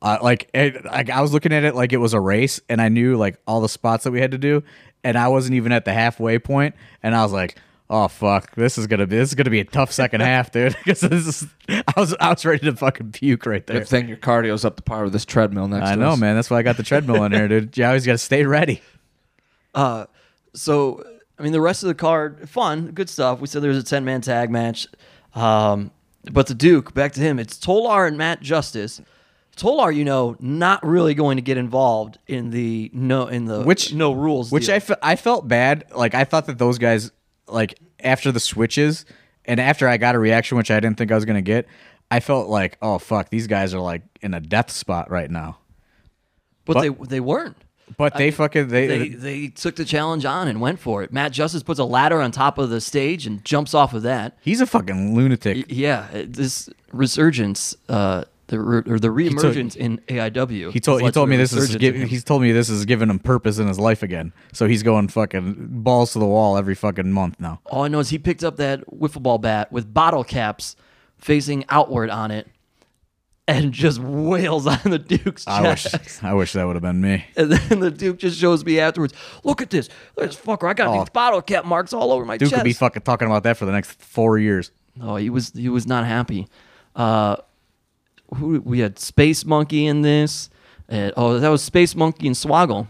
S3: Uh, like, it, like I was looking at it like it was a race, and I knew like all the spots that we had to do, and I wasn't even at the halfway point, and I was like, "Oh fuck, this is gonna be this is gonna be a tough second half, dude." Because this is, I was I was ready to fucking puke right there.
S2: Good thing your cardio's up to par with this treadmill next
S3: I
S2: to
S3: know,
S2: us.
S3: man. That's why I got the treadmill in here, dude. You always got to stay ready.
S1: Uh, so I mean, the rest of the card, fun, good stuff. We said there was a ten man tag match, um, but the Duke, back to him, it's Tolar and Matt Justice. Tolar, you know, not really going to get involved in the no in the
S3: Which-
S1: no rules,
S3: Which
S1: deal.
S3: I, fe- I felt bad. Like I thought that those guys, like after the switches, and after I got a reaction, which I didn't think I was gonna get, I felt like, oh fuck, these guys are like in a death spot right now.
S1: but, they they weren't.
S3: But they fucking they,
S1: They they took the challenge on and went for it. Matt Justice puts a ladder on top of the stage and jumps off of that.
S3: he's a fucking lunatic.
S1: Yeah, uh, this resurgence, uh, the re- or the reemergence in AIW.
S3: he
S1: has
S3: told he
S1: led to
S3: told
S1: a
S3: me this is
S1: resurgence
S3: giv
S1: in him.
S3: he's told me this is giving him purpose in his life again. So he's going fucking balls to the wall every fucking month now.
S1: All I know is he picked up that wiffle ball bat with bottle caps facing outward on it, and just wails on the Duke's chest.
S3: I wish I wish that would have been me.
S1: And then the Duke just shows me afterwards. Look at this, Look at this fucker! I got these bottle cap marks all over my
S3: Duke
S1: chest.
S3: could be fucking talking about that for the next four years.
S1: Oh, he was he was not happy. Uh, who we had Space Monkey in this? Uh, oh, that was Space Monkey and Swoggle.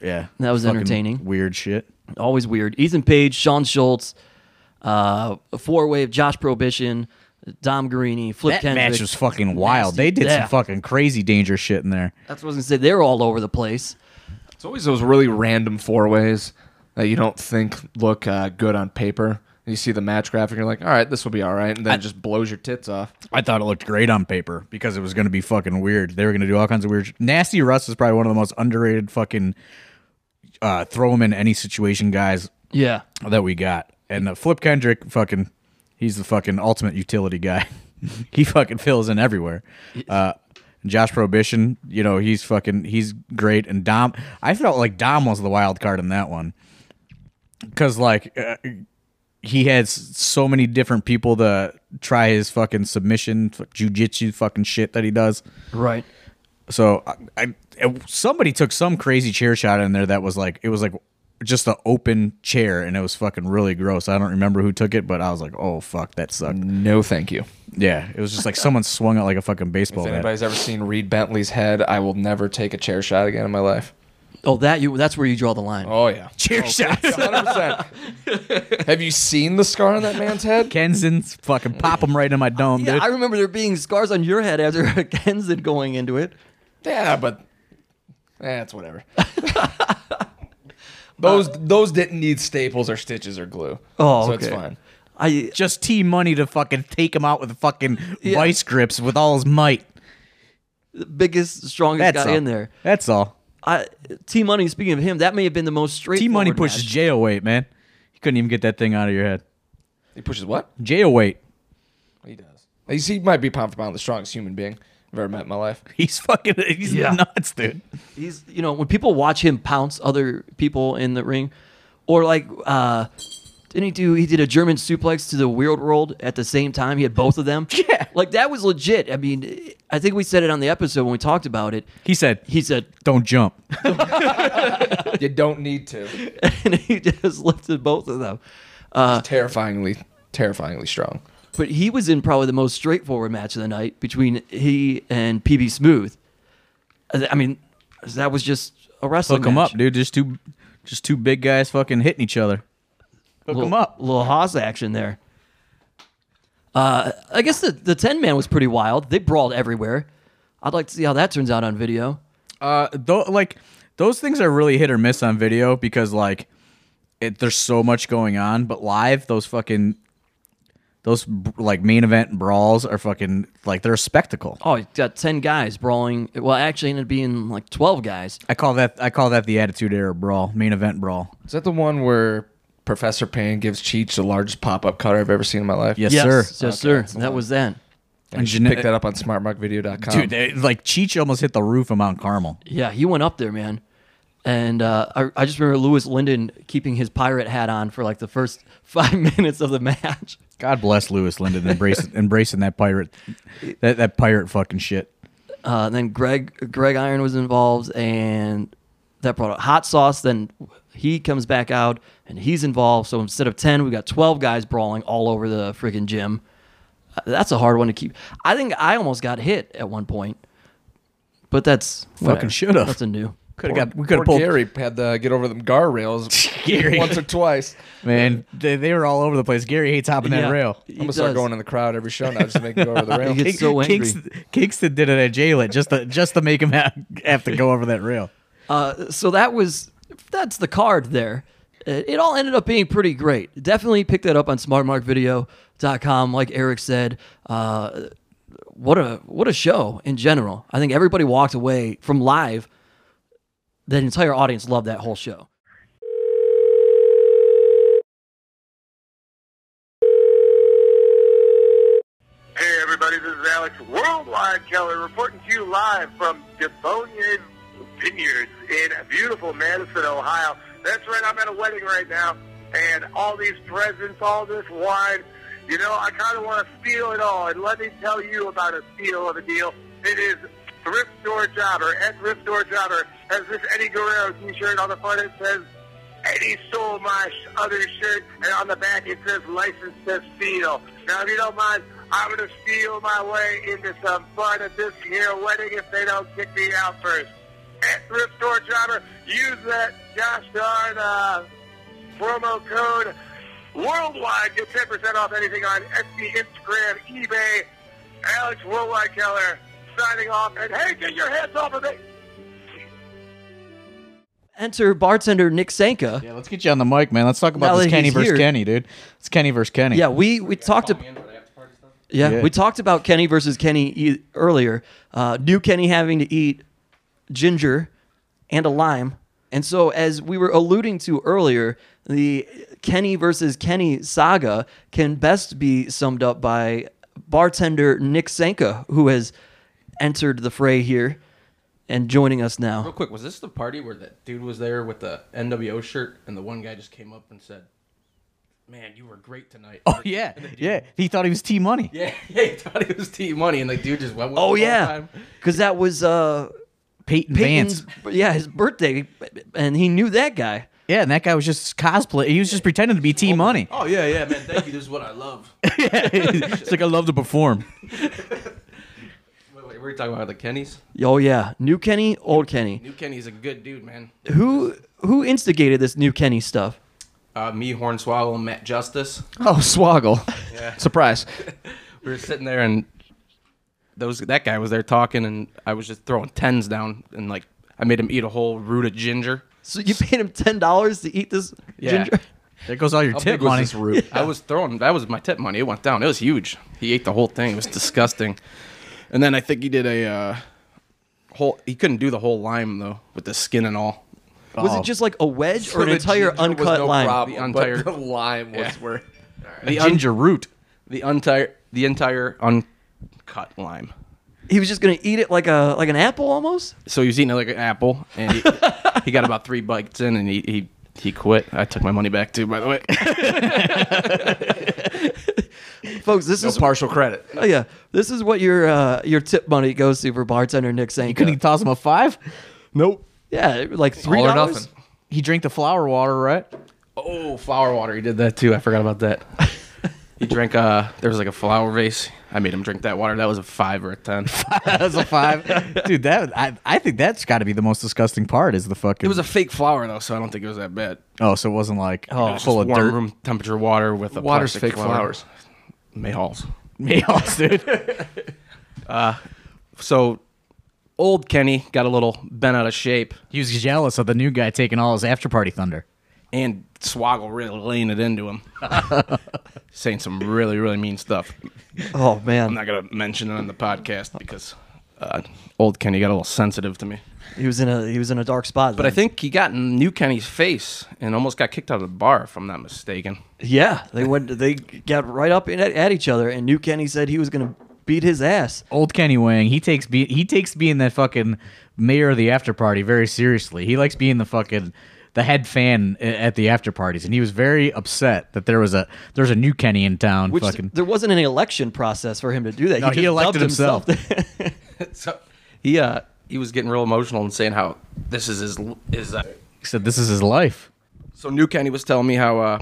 S3: Yeah,
S1: That was
S3: Fucking
S1: entertaining.
S3: Weird shit.
S1: Always weird. Ethan Page, Sean Schultz, uh, four way of Josh Prohibition, Dom Guarini, Flip
S3: That
S1: Kendrick.
S3: match was fucking wild. They did
S1: Yeah.
S3: some fucking crazy danger shit in there.
S1: That's what I was gonna say. They're all over the place.
S2: It's always those really random four ways that you don't think look uh, good on paper. You see the match graphic, you're like, all right, this will be all right, and then it just blows your tits off.
S3: I thought it looked great on paper because it was going to be fucking weird. They were going to do all kinds of weird. Sh- Nasty Russ is probably one of the most underrated fucking uh, throw him in any situation guys
S1: Yeah.
S3: that we got. And uh, Flip Kendrick, fucking, he's the fucking ultimate utility guy. he fucking fills in everywhere. Uh, Josh Prohibition, you know, he's fucking, he's great. And Dom, I felt like Dom was the wild card in that one. Because, like, uh, he has so many different people to try his fucking submission, f- jujitsu fucking shit that he does.
S1: Right.
S3: So I, I it- somebody took some crazy chair shot in there that was like it was like just an open chair and it was fucking really gross. I don't remember who took it, but I was like, oh fuck, that sucked.
S2: No, thank you.
S3: Yeah, it was just like someone swung it like a fucking baseball
S2: If
S3: bat.
S2: anybody's ever seen Reed Bentley's head, I will never take a chair shot again in my life.
S1: Oh, that you. That's where you draw the line.
S2: Oh yeah,
S3: Chair shots.
S2: 100. percent Have you seen the scar on that man's head?
S3: Kensins fucking pop them right in my dome,
S1: yeah,
S3: dude.
S1: I remember there being scars on your head after Kenzen going into it.
S2: Yeah, but eh, it's whatever. those those didn't need staples or stitches or glue.
S1: Oh,
S2: so
S1: okay.
S2: it's fine.
S1: I
S3: just T money to fucking take him out with fucking
S1: Yeah.
S3: vice grips with all his might.
S1: the biggest, strongest
S3: That's
S1: guy
S3: all.
S1: in there.
S3: That's all.
S1: I T Money. Speaking of him, that may have been the most straight.
S3: T money pushes
S1: Match.
S3: jail weight, man. He couldn't even get that thing out of your head.
S2: He pushes what?
S3: Jail weight.
S2: He does. He's, he might be pound for pound the strongest human being I've ever met in my life.
S3: He's fucking. He's
S1: Yeah.
S3: nuts, dude.
S1: He's you know when people watch him pounce other people in the ring, or like uh didn't he do? He did a German suplex to the weird world at the same time. He had both of them.
S3: Yeah.
S1: like that was legit. I mean, I think we said it on the episode when we talked about it.
S3: He said,
S1: He said
S3: "Don't jump."
S2: You don't need to.
S1: and he just lifted both of them. Uh,
S2: Terrifyingly, terrifyingly strong.
S1: but he was in probably the most straightforward match of the night between he and PB Smooth. I I mean, that was just a wrestling.
S3: Hook him
S1: match.
S3: up, dude. Just two, just two big guys fucking hitting each other. Hook
S1: little,
S3: him up.
S1: Little Haas action there. Uh, I guess the the ten man was pretty wild. They brawled everywhere. I'd like to see how that turns out on video.
S3: Uh, though, like those things are really hit or miss on video because like, it, there's so much going on. But live, those fucking, those like main event brawls are fucking like they're a spectacle.
S1: Oh, you got ten guys brawling. Well, actually, it ended up being like twelve guys.
S3: I call that I call that the Attitude Era brawl, main event brawl.
S2: Is that the one where Professor Payne gives Cheech the largest pop up cutter I've ever seen in my life?
S3: Yes, sir.
S1: yes, sir. That was that.
S2: And you should
S3: Jeanette-
S2: pick that up on smartmarkvideo.com.
S3: Dude, they, like Cheech almost hit the roof of Mount Carmel.
S1: Yeah, he went up there, man. And uh, I, I just remember Lewis Linden keeping his pirate hat on for like the first five minutes of the match.
S3: God bless Lewis Linden embracing embracing that pirate that, that pirate fucking shit.
S1: Uh, then Greg Greg Iron was involved, and that brought up hot sauce. Then he comes back out, and he's involved. So instead of ten, we got twelve guys brawling all over the freaking gym. Uh, That's a hard one to keep. I think I almost got hit at one point, but that's whatever.
S3: shoulda.
S1: Nothing new.
S3: Could have got. We could
S2: Poor
S3: have pulled.
S2: Gary had to get over them guardrails
S3: Gary.
S2: once or twice.
S3: Man, they, they were all over the place. Gary hates hopping
S1: Yeah.
S3: that rail.
S1: He
S2: I'm gonna start
S1: does.
S2: going in the crowd every show now, just to make them go over the rail.
S1: He gets so angry.
S3: Kingston, Kingston did it at Jalen just to just to make him have, have to go over that rail.
S1: Uh, so that was that's the card there. It it all ended up being pretty great. Definitely pick that up on smartmarkvideo.com. Like Eric said, uh, what a what a show in general. I think everybody walked away from live. The entire audience loved that whole show.
S4: Hey everybody, this is Alex Worldwide Keller reporting to you live from Devonian Vineyards in beautiful Madison, Ohio. That's right, I'm at a wedding right now, and all these presents, all this wine, you know, I kind of want to steal it all. And let me tell you about a steal of a deal. It is Thrift Store Jobber. At Thrift Store Jobber has this Eddie Guerrero t-shirt on the front. It says, and he stole my sh- other shirt, and on the back it says "Licensed Steal." Now, if you don't mind, I'm gonna steal my way into some fun at this here wedding if they don't kick me out first. At Thrift Store Jobber, use that gosh darn uh, promo code worldwide. Get 10% off anything on Etsy, Instagram, eBay. Alex Worldwide Keller signing off. And hey, get your hands off of me!
S1: Enter bartender Nick Sanka.
S3: Yeah, let's get you on the mic, man. Let's talk
S1: Now
S3: about
S1: that
S3: this Kenny
S1: he's
S3: versus
S1: here-
S3: Kenny, dude. It's Kenny versus Kenny.
S1: Yeah, we we talked about. Yeah,
S3: Yeah.
S1: we talked about Kenny versus Kenny e- earlier. Uh, new Kenny having to eat ginger and a lime, and so as we were alluding to earlier, the Kenny versus Kenny saga can best be summed up by bartender Nick Sanka, who has entered the fray here and joining us now.
S5: Real quick, was this the party where that dude was there with the NWO shirt and the one guy just came up and said, "Man, you were great tonight."
S3: Oh yeah, yeah. He thought he was T Money.
S5: yeah, yeah. He thought it was T Money, and the dude just went. With it
S1: Oh
S5: the whole
S1: yeah,
S5: time.
S1: because that was uh,
S3: Peyton,
S1: Peyton's
S3: Vance.
S1: yeah his birthday, and he knew that guy.
S3: Yeah, and that guy was just cosplay. He was just pretending to be T Money.
S5: Oh yeah, yeah, man. Thank you. This is what I love.
S3: it's like I love to perform.
S5: Wait, wait, we're talking about the Kennys.
S1: Oh yeah, new Kenny, old Kenny.
S5: New Kenny's a good dude, man.
S1: Who who instigated this new Kenny stuff?
S5: Uh, me, Hornswoggle, and Matt Justice.
S2: Oh, swoggle! Surprise.
S5: We were sitting there, and those that guy was there talking, and I was just throwing tens down, and like I made him eat a whole root of ginger.
S1: So you paid him ten dollars to eat this
S5: Yeah.
S1: ginger?
S3: There goes all your
S5: How
S3: tip
S5: big was
S3: money.
S5: this root? I was throwing. That was my tip money. It went down. It was huge. He ate the whole thing. It was disgusting. And then I think he did a uh, whole. He couldn't do the whole lime though, with the skin and all.
S1: Was
S3: Oh.
S1: it just like a wedge or an entire uncut lime?
S5: problem, The entire-
S6: the lime was
S5: Yeah.
S6: where
S5: The un-
S3: Ginger root.
S5: the entire. The entire uncut lime.
S1: He was just gonna eat it like a like an apple almost.
S5: So he was eating like an apple, and he, he got about three bites in, and he. he he quit. I took my money back too, by the way.
S1: Folks, this is
S6: partial credit.
S1: oh, yeah, this is what your uh, your tip money goes to for bartender Nick
S3: You
S1: Sanka.
S3: couldn't toss him a five.
S6: Nope.
S1: yeah, like three
S5: or
S1: dollars.
S5: nothing.
S3: He drank the flower water, right?
S5: Oh, flower water. He did that too. I forgot about that. he drank uh there was like a flower vase. I made him drink that water. That was a five or a ten.
S3: that was a five, dude. That I, I think that's got to be the most disgusting part is the fucking.
S5: it was a fake flower though, so I don't think it was that bad.
S3: oh, so it wasn't like
S5: it
S3: oh,
S5: was
S3: full
S5: just
S3: of
S5: warm
S3: dirt.
S5: room temperature water with a
S6: Water's
S5: plastic
S6: fake
S5: flower.
S6: flowers.
S5: Mayhalls.
S3: meals, dude.
S5: So old Kenny got a little bent out of shape
S3: he was jealous of the new guy taking all his after party thunder.
S5: and Swoggle really laying it into him. Saying some really, really mean stuff.
S1: Oh
S5: I'm
S1: man,
S5: not gonna mention it on the podcast because uh, old Kenny got a little sensitive to me.
S1: he was in a he was in a dark spot.
S5: But I think he got in New Kenny's face and almost got kicked out of the bar, if I'm not mistaken.
S1: yeah, they went they got right up in, at, at each other, and new Kenny said he was gonna beat his ass.
S3: Old Kenny Wang, he takes be- he takes being that fucking mayor of the after party very seriously. He likes being the fucking the head fan a- at the after parties, and he was very upset that there was a there's a new Kenny in town.
S1: Which
S3: fucking
S1: there wasn't an election process for him to do that.
S3: No, he
S1: just
S3: elected
S1: dubbed
S3: himself.
S5: So He uh he was getting real emotional and saying how this is his l- his. Uh,
S3: He said this is his life.
S5: so New Kenny was telling me how uh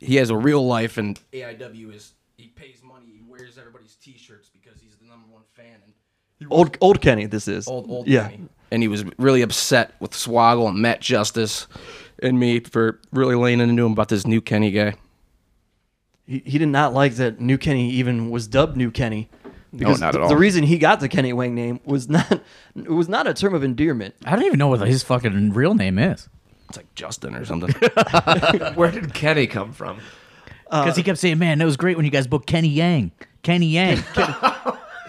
S5: he has a real life and AIW is he pays money he wears everybody's T-shirts because he's the number one fan and
S1: Old old Kenny, this is
S5: old old
S1: yeah.
S5: Kenny. And he was really upset with Swoggle and Matt Justice and me for really laying into him about this New Kenny guy.
S1: He, he did not like that New Kenny even was dubbed New Kenny. Because
S5: not at
S1: th-
S5: all.
S1: The reason he got the Kenny Wang name was not it was not a term of endearment.
S3: I don't even know what his fucking real name is.
S5: It's like Justin or something.
S6: Where did Kenny come from?
S1: Uh,
S3: Because he kept saying, man, that was great when you guys booked Kenny Yang. Kenny Yang.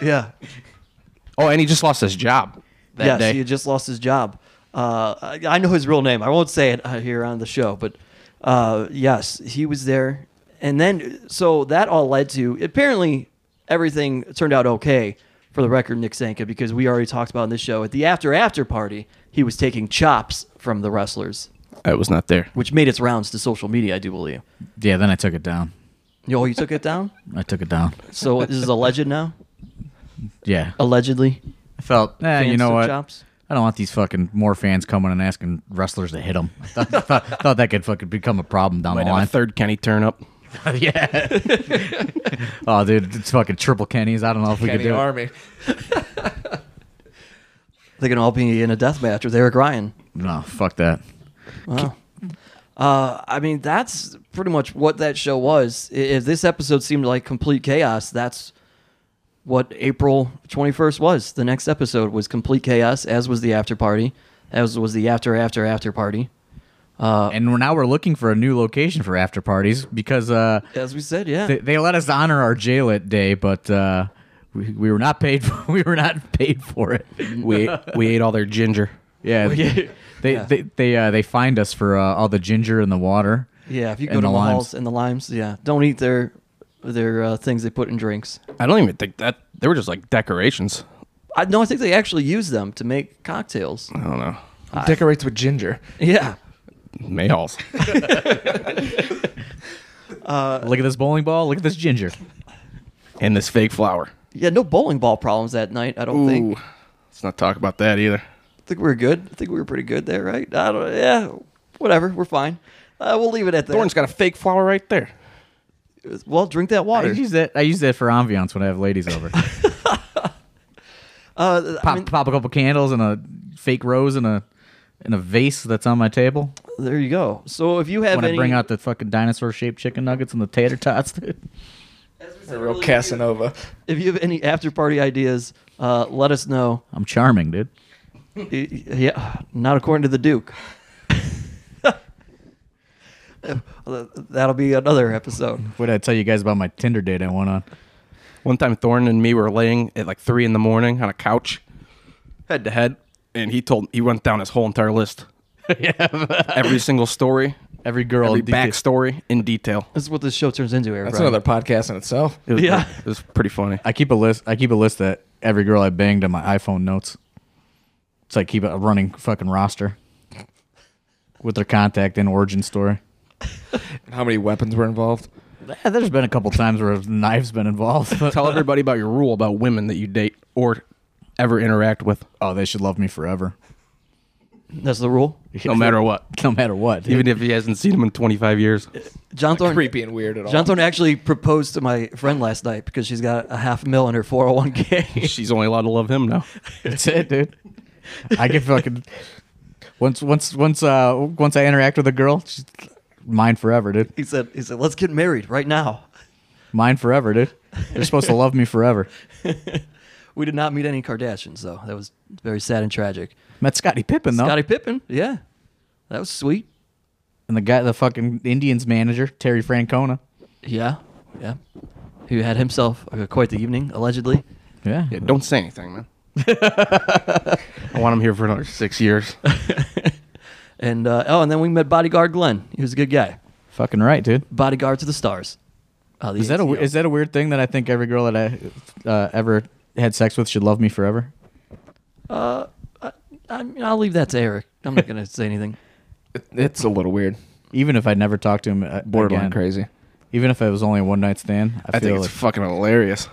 S1: Yeah,
S5: oh, and he just lost his job that
S1: yes,
S5: day.
S1: he had just lost his job. Uh, I, I know his real name. I won't say it uh, here on the show, but uh, yes, he was there. And then, so that all led to apparently everything turned out okay for the record, Nick Sanka, because we already talked about in this show at the after after party, he was taking chops from the wrestlers,
S5: I was not there.
S1: which made its rounds to social media, I do believe.
S3: yeah, then I took it down.
S1: Yo, you took it down?
S3: I took it down.
S1: So this is a legend now?
S3: Yeah.
S1: Allegedly?
S3: I felt, eh, you
S1: Fans
S3: know
S1: took
S3: what?
S1: chops?
S3: I don't want these fucking more fans coming and asking wrestlers to hit them. I thought, thought, thought that could fucking become a problem down
S5: Might
S3: the
S5: have a
S3: line.
S5: third Kenny turn up.
S3: yeah. oh, dude, it's fucking triple Kennys. I don't know if we could
S6: Kenny
S3: do it.
S6: Army.
S1: They can all be in a death match with Eric Ryan.
S3: No, fuck that.
S1: Wow. Uh, I mean, that's pretty much what that show was. I- If this episode seemed like complete chaos, that's what April 21st was. The next episode was complete chaos, as was the after party, as was the after, after, after party.
S3: and we're, now we're looking for a new location for after parties because uh,
S1: As we said, yeah.
S3: they, they let us honor our jailet day, but uh, we, we were not paid. For, we were not paid for it.
S5: We ate, we ate all their ginger.
S3: Yeah, they they they uh, they find us for uh, all the ginger in the water.
S1: yeah, if you go
S3: and
S1: to
S3: the
S1: Mahal's
S3: limes.
S1: and the limes, yeah, don't eat their their uh, things they put in drinks.
S5: I don't even think that they were just like decorations.
S1: I no, I think they actually use them to make cocktails.
S5: I don't know.
S3: Uh,
S6: Decorates with ginger.
S1: Yeah.
S5: Mayhalls.
S3: look at this bowling ball. Look at this ginger.
S5: and this fake flower.
S1: Yeah, no bowling ball problems that night, I don't think.
S5: Let's not talk about that either.
S1: think we were good. I think we were pretty good there, right? I don't. Yeah, whatever. We're fine. Uh, we'll leave it at that.
S5: Thorne's got a fake flower right there.
S1: well, drink that
S3: I
S1: water.
S3: use that. I use that for ambiance when I have ladies over.
S1: Uh, I
S3: pop,
S1: mean,
S3: pop a couple candles and a fake rose and a in a vase that's on my table.
S1: there you go. So if you have
S3: When
S1: any,
S3: I bring out the fucking dinosaur shaped chicken nuggets and the tater tots, dude.
S1: as we said
S6: A real
S1: earlier,
S6: Casanova.
S1: If you have any after party ideas, uh, let us know.
S3: I'm charming, dude.
S1: Y- y- yeah, not according to the Duke. That'll be another episode.
S3: What did I tell you guys about my Tinder date I went on?
S5: One time, Thorne and me were laying at like three in the morning on a couch, head to head, and he told he went down his whole entire list, every single story,
S3: Every girl,
S5: every
S3: did you-
S5: backstory in detail.
S1: This is what this show turns into, Eric.
S6: That's
S1: Ryan.
S6: another podcast in itself.
S5: It was,
S1: Yeah.
S5: it was pretty funny.
S3: I keep a list. I keep a list that every girl I banged on my iPhone notes. It's like keep a running fucking roster with their contact and origin story.
S6: How many weapons were involved?
S3: Yeah, There's been a couple times where knives been involved. but-
S5: Tell everybody about your rule about women that you date or ever interact with,
S3: oh, they should love me forever,
S1: That's the rule.
S5: no matter what,
S3: no matter what. dude.
S5: even if he hasn't seen him in 25 years.
S1: John Thorne.
S6: Creepy and weird at all.
S1: John Thorne actually proposed to my friend last night because she's got a half mil in her 401k.
S5: She's only allowed to love him now.
S3: That's it, dude. I get fucking once once once uh once I interact with a girl, she's mine forever, dude.
S1: he said, he said, let's get married right now.
S3: Mine forever, dude. They're supposed to love me forever.
S1: We did not meet any Kardashians, though. That was very sad and tragic.
S3: Met Scottie Pippen though,
S1: Scottie Pippen, yeah. That was sweet.
S3: and the guy, the fucking Indians manager, Terry Francona.
S1: Yeah, yeah. He had himself uh, quite the evening, allegedly.
S3: Yeah,
S5: Yeah, don't say anything, man. I want him here for another six years.
S1: And, uh, oh, and then we met bodyguard Glenn. He was a good guy.
S3: fucking right, dude.
S1: Bodyguard to the stars. Uh, the
S3: Is that a
S1: ATO.
S3: is that a weird thing that I think every girl that I uh, ever had sex with should love me forever?
S1: I mean, I'll leave that to Eric. I'm not going to say anything.
S6: It's a little weird.
S3: Even if I never talked to him, uh,
S6: Borderline
S3: again.
S6: crazy.
S3: Even if it was only a one night stand, I, feel
S5: I think it's
S3: like
S5: fucking hilarious.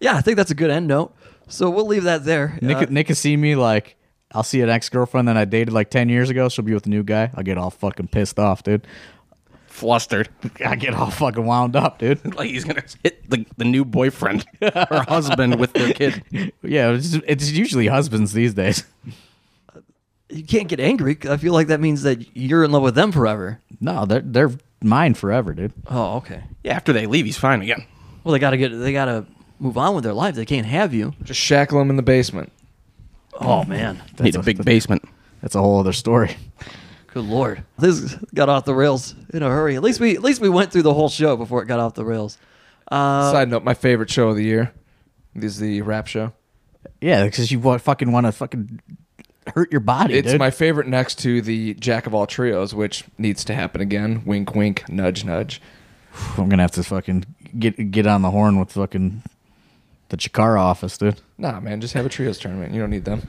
S1: yeah, I think that's a good end note. So we'll leave that there.
S3: Nick,
S1: Uh,
S3: Nick can see me like I'll see an ex girlfriend that I dated like ten years ago. She'll be with a new guy. I get all fucking pissed off, dude.
S5: Flustered.
S3: I get all fucking wound up, dude.
S5: Like he's gonna hit the, the new boyfriend or husband with their kid.
S3: Yeah, it's, it's usually husbands these days.
S1: you can't get angry. 'cause I feel like that means that you're in love with them forever.
S3: No, they're they're mine forever, dude.
S1: Oh, okay.
S5: Yeah, after they leave, he's fine again.
S1: Well, they gotta get. They gotta move on with their life. They can't have you.
S6: Just shackle him in the basement.
S1: Oh man,
S5: Need a big basement.
S3: That's a whole other story.
S1: good lord, this got off the rails in a hurry. At least we, at least we went through the whole show before it got off the rails. Uh,
S6: Side note: my favorite show of the year is the rap show.
S3: Yeah, because you wa- fucking want to fucking hurt your body.
S6: It's
S3: dude.
S6: my favorite next to the Jack of all trios, which needs to happen again. Wink, wink, nudge, nudge.
S3: I'm gonna have to fucking get get on the horn with fucking the Chikara office, dude.
S6: Nah, man, just have a trios tournament. You don't need them.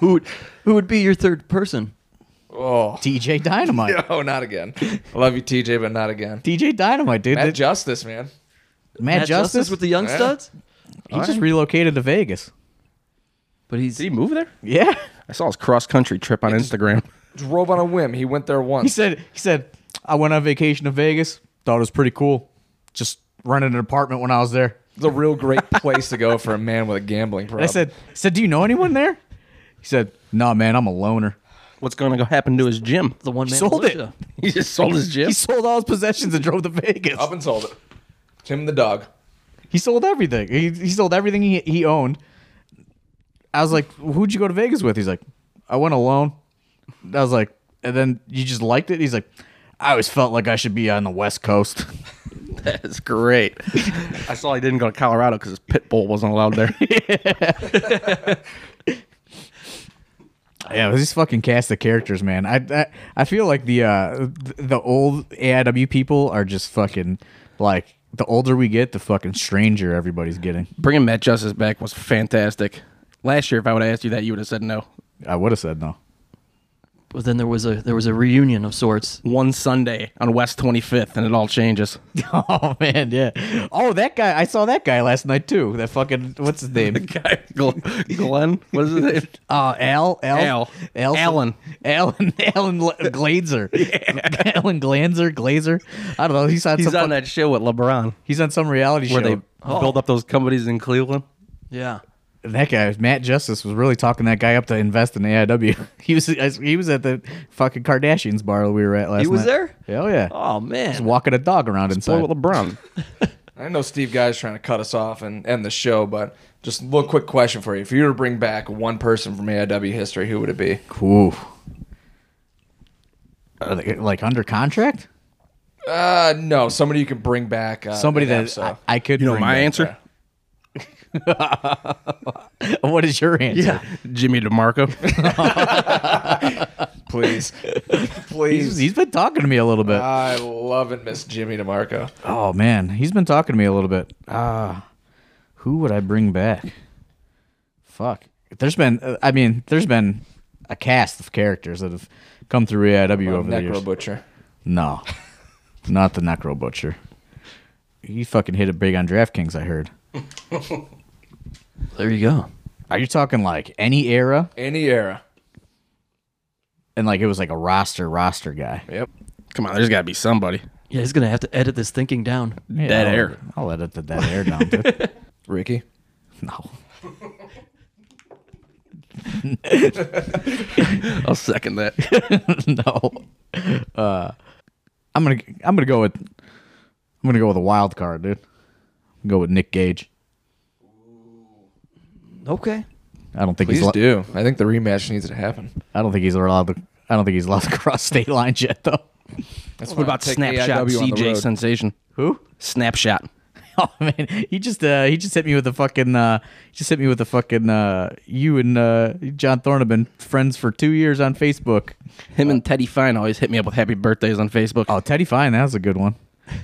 S1: who, would- who would be your third person?
S6: Oh,
S3: DJ Dynamite.
S6: oh, not again. I love you, TJ, but not again.
S3: DJ Dynamite, dude.
S6: Matt
S3: Matt,
S6: Justice, man.
S3: Matt Justice,
S1: with the Young
S6: Yeah.
S1: Studs,
S3: he just relocated to Vegas.
S1: but he's
S5: Did he move there?
S3: Yeah.
S5: I saw his cross country trip on Instagram.
S6: Drove on a whim. He went there
S3: He
S6: once.
S3: said he said I went on vacation to Vegas. Thought it was pretty cool. Just rented an apartment when I was there.
S6: It's a real great place to go for a man with a gambling problem.
S3: And I said said, Do you know anyone there? He said, No, man, I'm a loner.
S5: What's gonna go happen to his gym?
S1: the one man
S3: sold it.
S1: militia.
S5: He just sold his gym.
S3: He sold all his possessions and drove to Vegas.
S6: up and sold it. It's him and the dog.
S3: He sold everything. He, he sold everything he, he owned. I was like, who'd you go to Vegas with? He's like, I went alone. I was like, and then you just liked it? He's like, I always felt like I should be on the West Coast.
S5: That's great. I saw he didn't go to Colorado because his pit bull wasn't allowed there.
S3: yeah, these fucking cast of characters, man. I I, I feel like the uh th- the old AIW people are just fucking like the older we get, the fucking stranger everybody's getting.
S5: Bringing Matt Justice back was fantastic. Last year, if I would have asked you that, you would have said no.
S3: I would have said no.
S1: But then there was a there was a reunion of sorts.
S5: One Sunday on West 25th, and it all changes.
S3: Oh man, yeah. Oh, that guy. I saw that guy last night too. That fucking what's his name?
S5: Guy, Gl- Glenn, what is his name?
S3: Uh, Al, Al,
S5: Al. Alan.
S3: Alan, Alan L- Glazer, Alan Glanzer, Glazer. I don't know. He's on
S5: He's
S3: some
S5: on
S3: fuck-
S5: that show with LeBron
S3: he's on some reality
S5: where
S3: show.
S5: they build up those companies in Cleveland.
S1: Yeah,
S3: And that guy, Matt Justice, was really talking that guy up to invest in AIW. he was he was at the fucking Kardashians bar we were at last.
S1: he was
S3: night.
S1: there.
S3: Hell yeah.
S1: Oh
S3: Just
S1: man,
S3: walking a dog around
S5: Boy,
S3: inside.
S5: with LeBron.
S6: I know Steve Guy's trying to cut us off and end the show, but just a little quick question for you. If you were to bring back one person from AIW history, who would it be?
S3: Cool. Are they, like under contract?
S6: Uh, no, somebody you could bring back. Uh,
S3: Somebody
S6: in
S3: that
S6: episode.
S3: I, I could.
S5: You know
S3: bring
S5: my
S3: back.
S5: answer?
S3: What is your answer?
S1: yeah.
S5: Jimmy DeMarco.
S6: please,
S3: He's,
S6: please.
S3: he's been talking to me a little bit.
S6: I love and miss Jimmy DeMarco.
S3: Oh man, he's been talking to me a little bit. Ah, who would I bring back? Fuck. There's been, uh, I mean, there's been a cast of characters that have come through AIW over the
S6: Necro
S3: years.
S6: Butcher.
S3: no, not the Necro Butcher. He fucking hit it big on DraftKings. I heard.
S1: There you go.
S3: Are you talking like any era?
S6: Any era.
S3: And like it was like a roster roster guy.
S6: Yep.
S5: Come on, there's got to be somebody.
S1: Yeah, he's gonna have to edit this thinking down.
S3: Yeah,
S5: Dead
S3: I'll-
S5: air.
S3: I'll edit the dead air down. dude.
S6: Ricky.
S3: No.
S5: I'll second that.
S3: no. Uh, I'm gonna I'm gonna go with I'm gonna go with a wild card, dude. Go with Nick Gage.
S1: Okay.
S3: I don't think
S6: Please
S3: he's lo-
S6: do. I think the rematch needs to happen.
S3: I don't think he's allowed to I don't think he's allowed to cross state lines yet though.
S6: That's
S5: What about Snapshot CJ Sensation?
S3: Who?
S5: Snapshot.
S3: Oh man, he just uh, he just hit me with a fucking uh, he just hit me with a fucking uh, you and uh, John Thorne have been friends for two years on Facebook.
S5: Him and Teddy Fine always hit me up with happy birthdays on Facebook.
S3: Oh, Teddy Fine, that was a good one.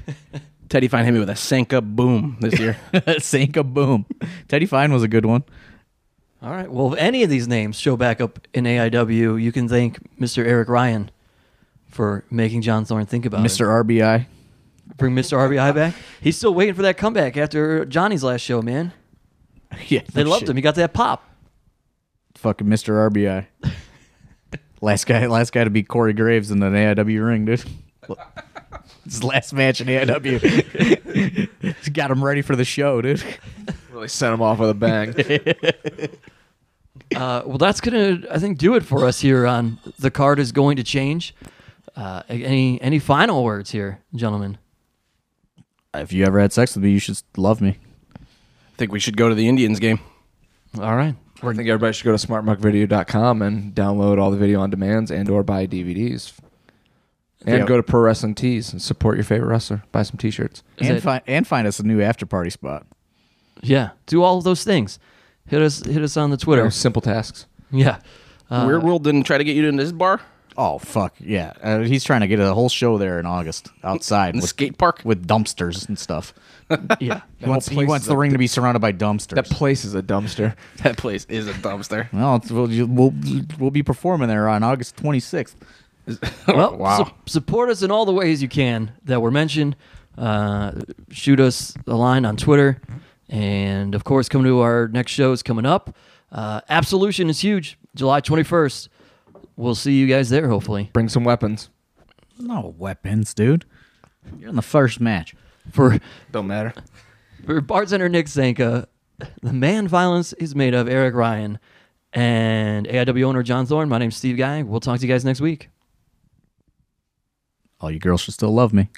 S5: Teddy Fine hit me with a Senka boom this year.
S3: Sanka boom. Teddy Fine was a good one.
S1: All right. Well, if any of these names show back up in AIW, you can thank Mr. Eric Ryan for making John Thorne think about it.
S3: Mr. RBI.
S1: Bring Mr. RBI back. He's still waiting for that comeback after Johnny's last show, man.
S3: yeah,
S1: They loved him. He got that pop.
S3: Fucking Mr. RBI. last guy, last guy to beat Corey Graves in the AIW ring, dude. His last match in AIW. He's got him ready for the show, dude.
S2: Really sent him off with a bang.
S1: Uh, well, that's gonna, I think, do it for us here on the card is going to change. Uh, any any final words here, gentlemen?
S3: If you ever had sex with me, you should love me.
S5: I think we should go to the Indians game.
S1: All right.
S2: I think everybody should go to smartmuckvideo.com and download all the video on demands and or buy DVDs. And
S3: Yeah.
S2: go to Pro Wrestling Tees and support your favorite wrestler. Buy some t-shirts.
S3: And,
S1: it-
S3: fi- and find us a new after party spot.
S1: Yeah. Do all of those things. Hit us hit us on the Twitter.
S2: They're simple tasks.
S1: Yeah. Uh,
S5: Weird World didn't try to get you into this bar,
S3: Oh fuck yeah! Uh, he's trying to get a whole show there in August outside
S5: the
S3: with,
S5: skate park.
S3: with dumpsters and stuff.
S1: yeah.
S3: He wants, he
S2: place
S3: wants
S2: is
S3: the
S2: a-
S3: ring to be surrounded by dumpsters.
S2: That place is a dumpster.
S5: That place is a dumpster.
S3: well, it's, we'll, you- we'll we'll be performing there on August 26th.
S1: Well, su- support us in all the ways you can that were mentioned. Uh, shoot us a line on Twitter. And of course, come to our next shows coming up. Uh, Absolution is huge, July 21st. We'll see you guys there, hopefully.
S2: Bring some weapons.
S3: No weapons, dude. You're in the first match.
S1: For,
S2: Don't matter.
S1: for bartender Nick Zanka, the man violence is made of, Eric Ryan, and AIW owner John Thorne. My name's Steve Guy. We'll talk to you guys next week.
S3: All you girls should still love me.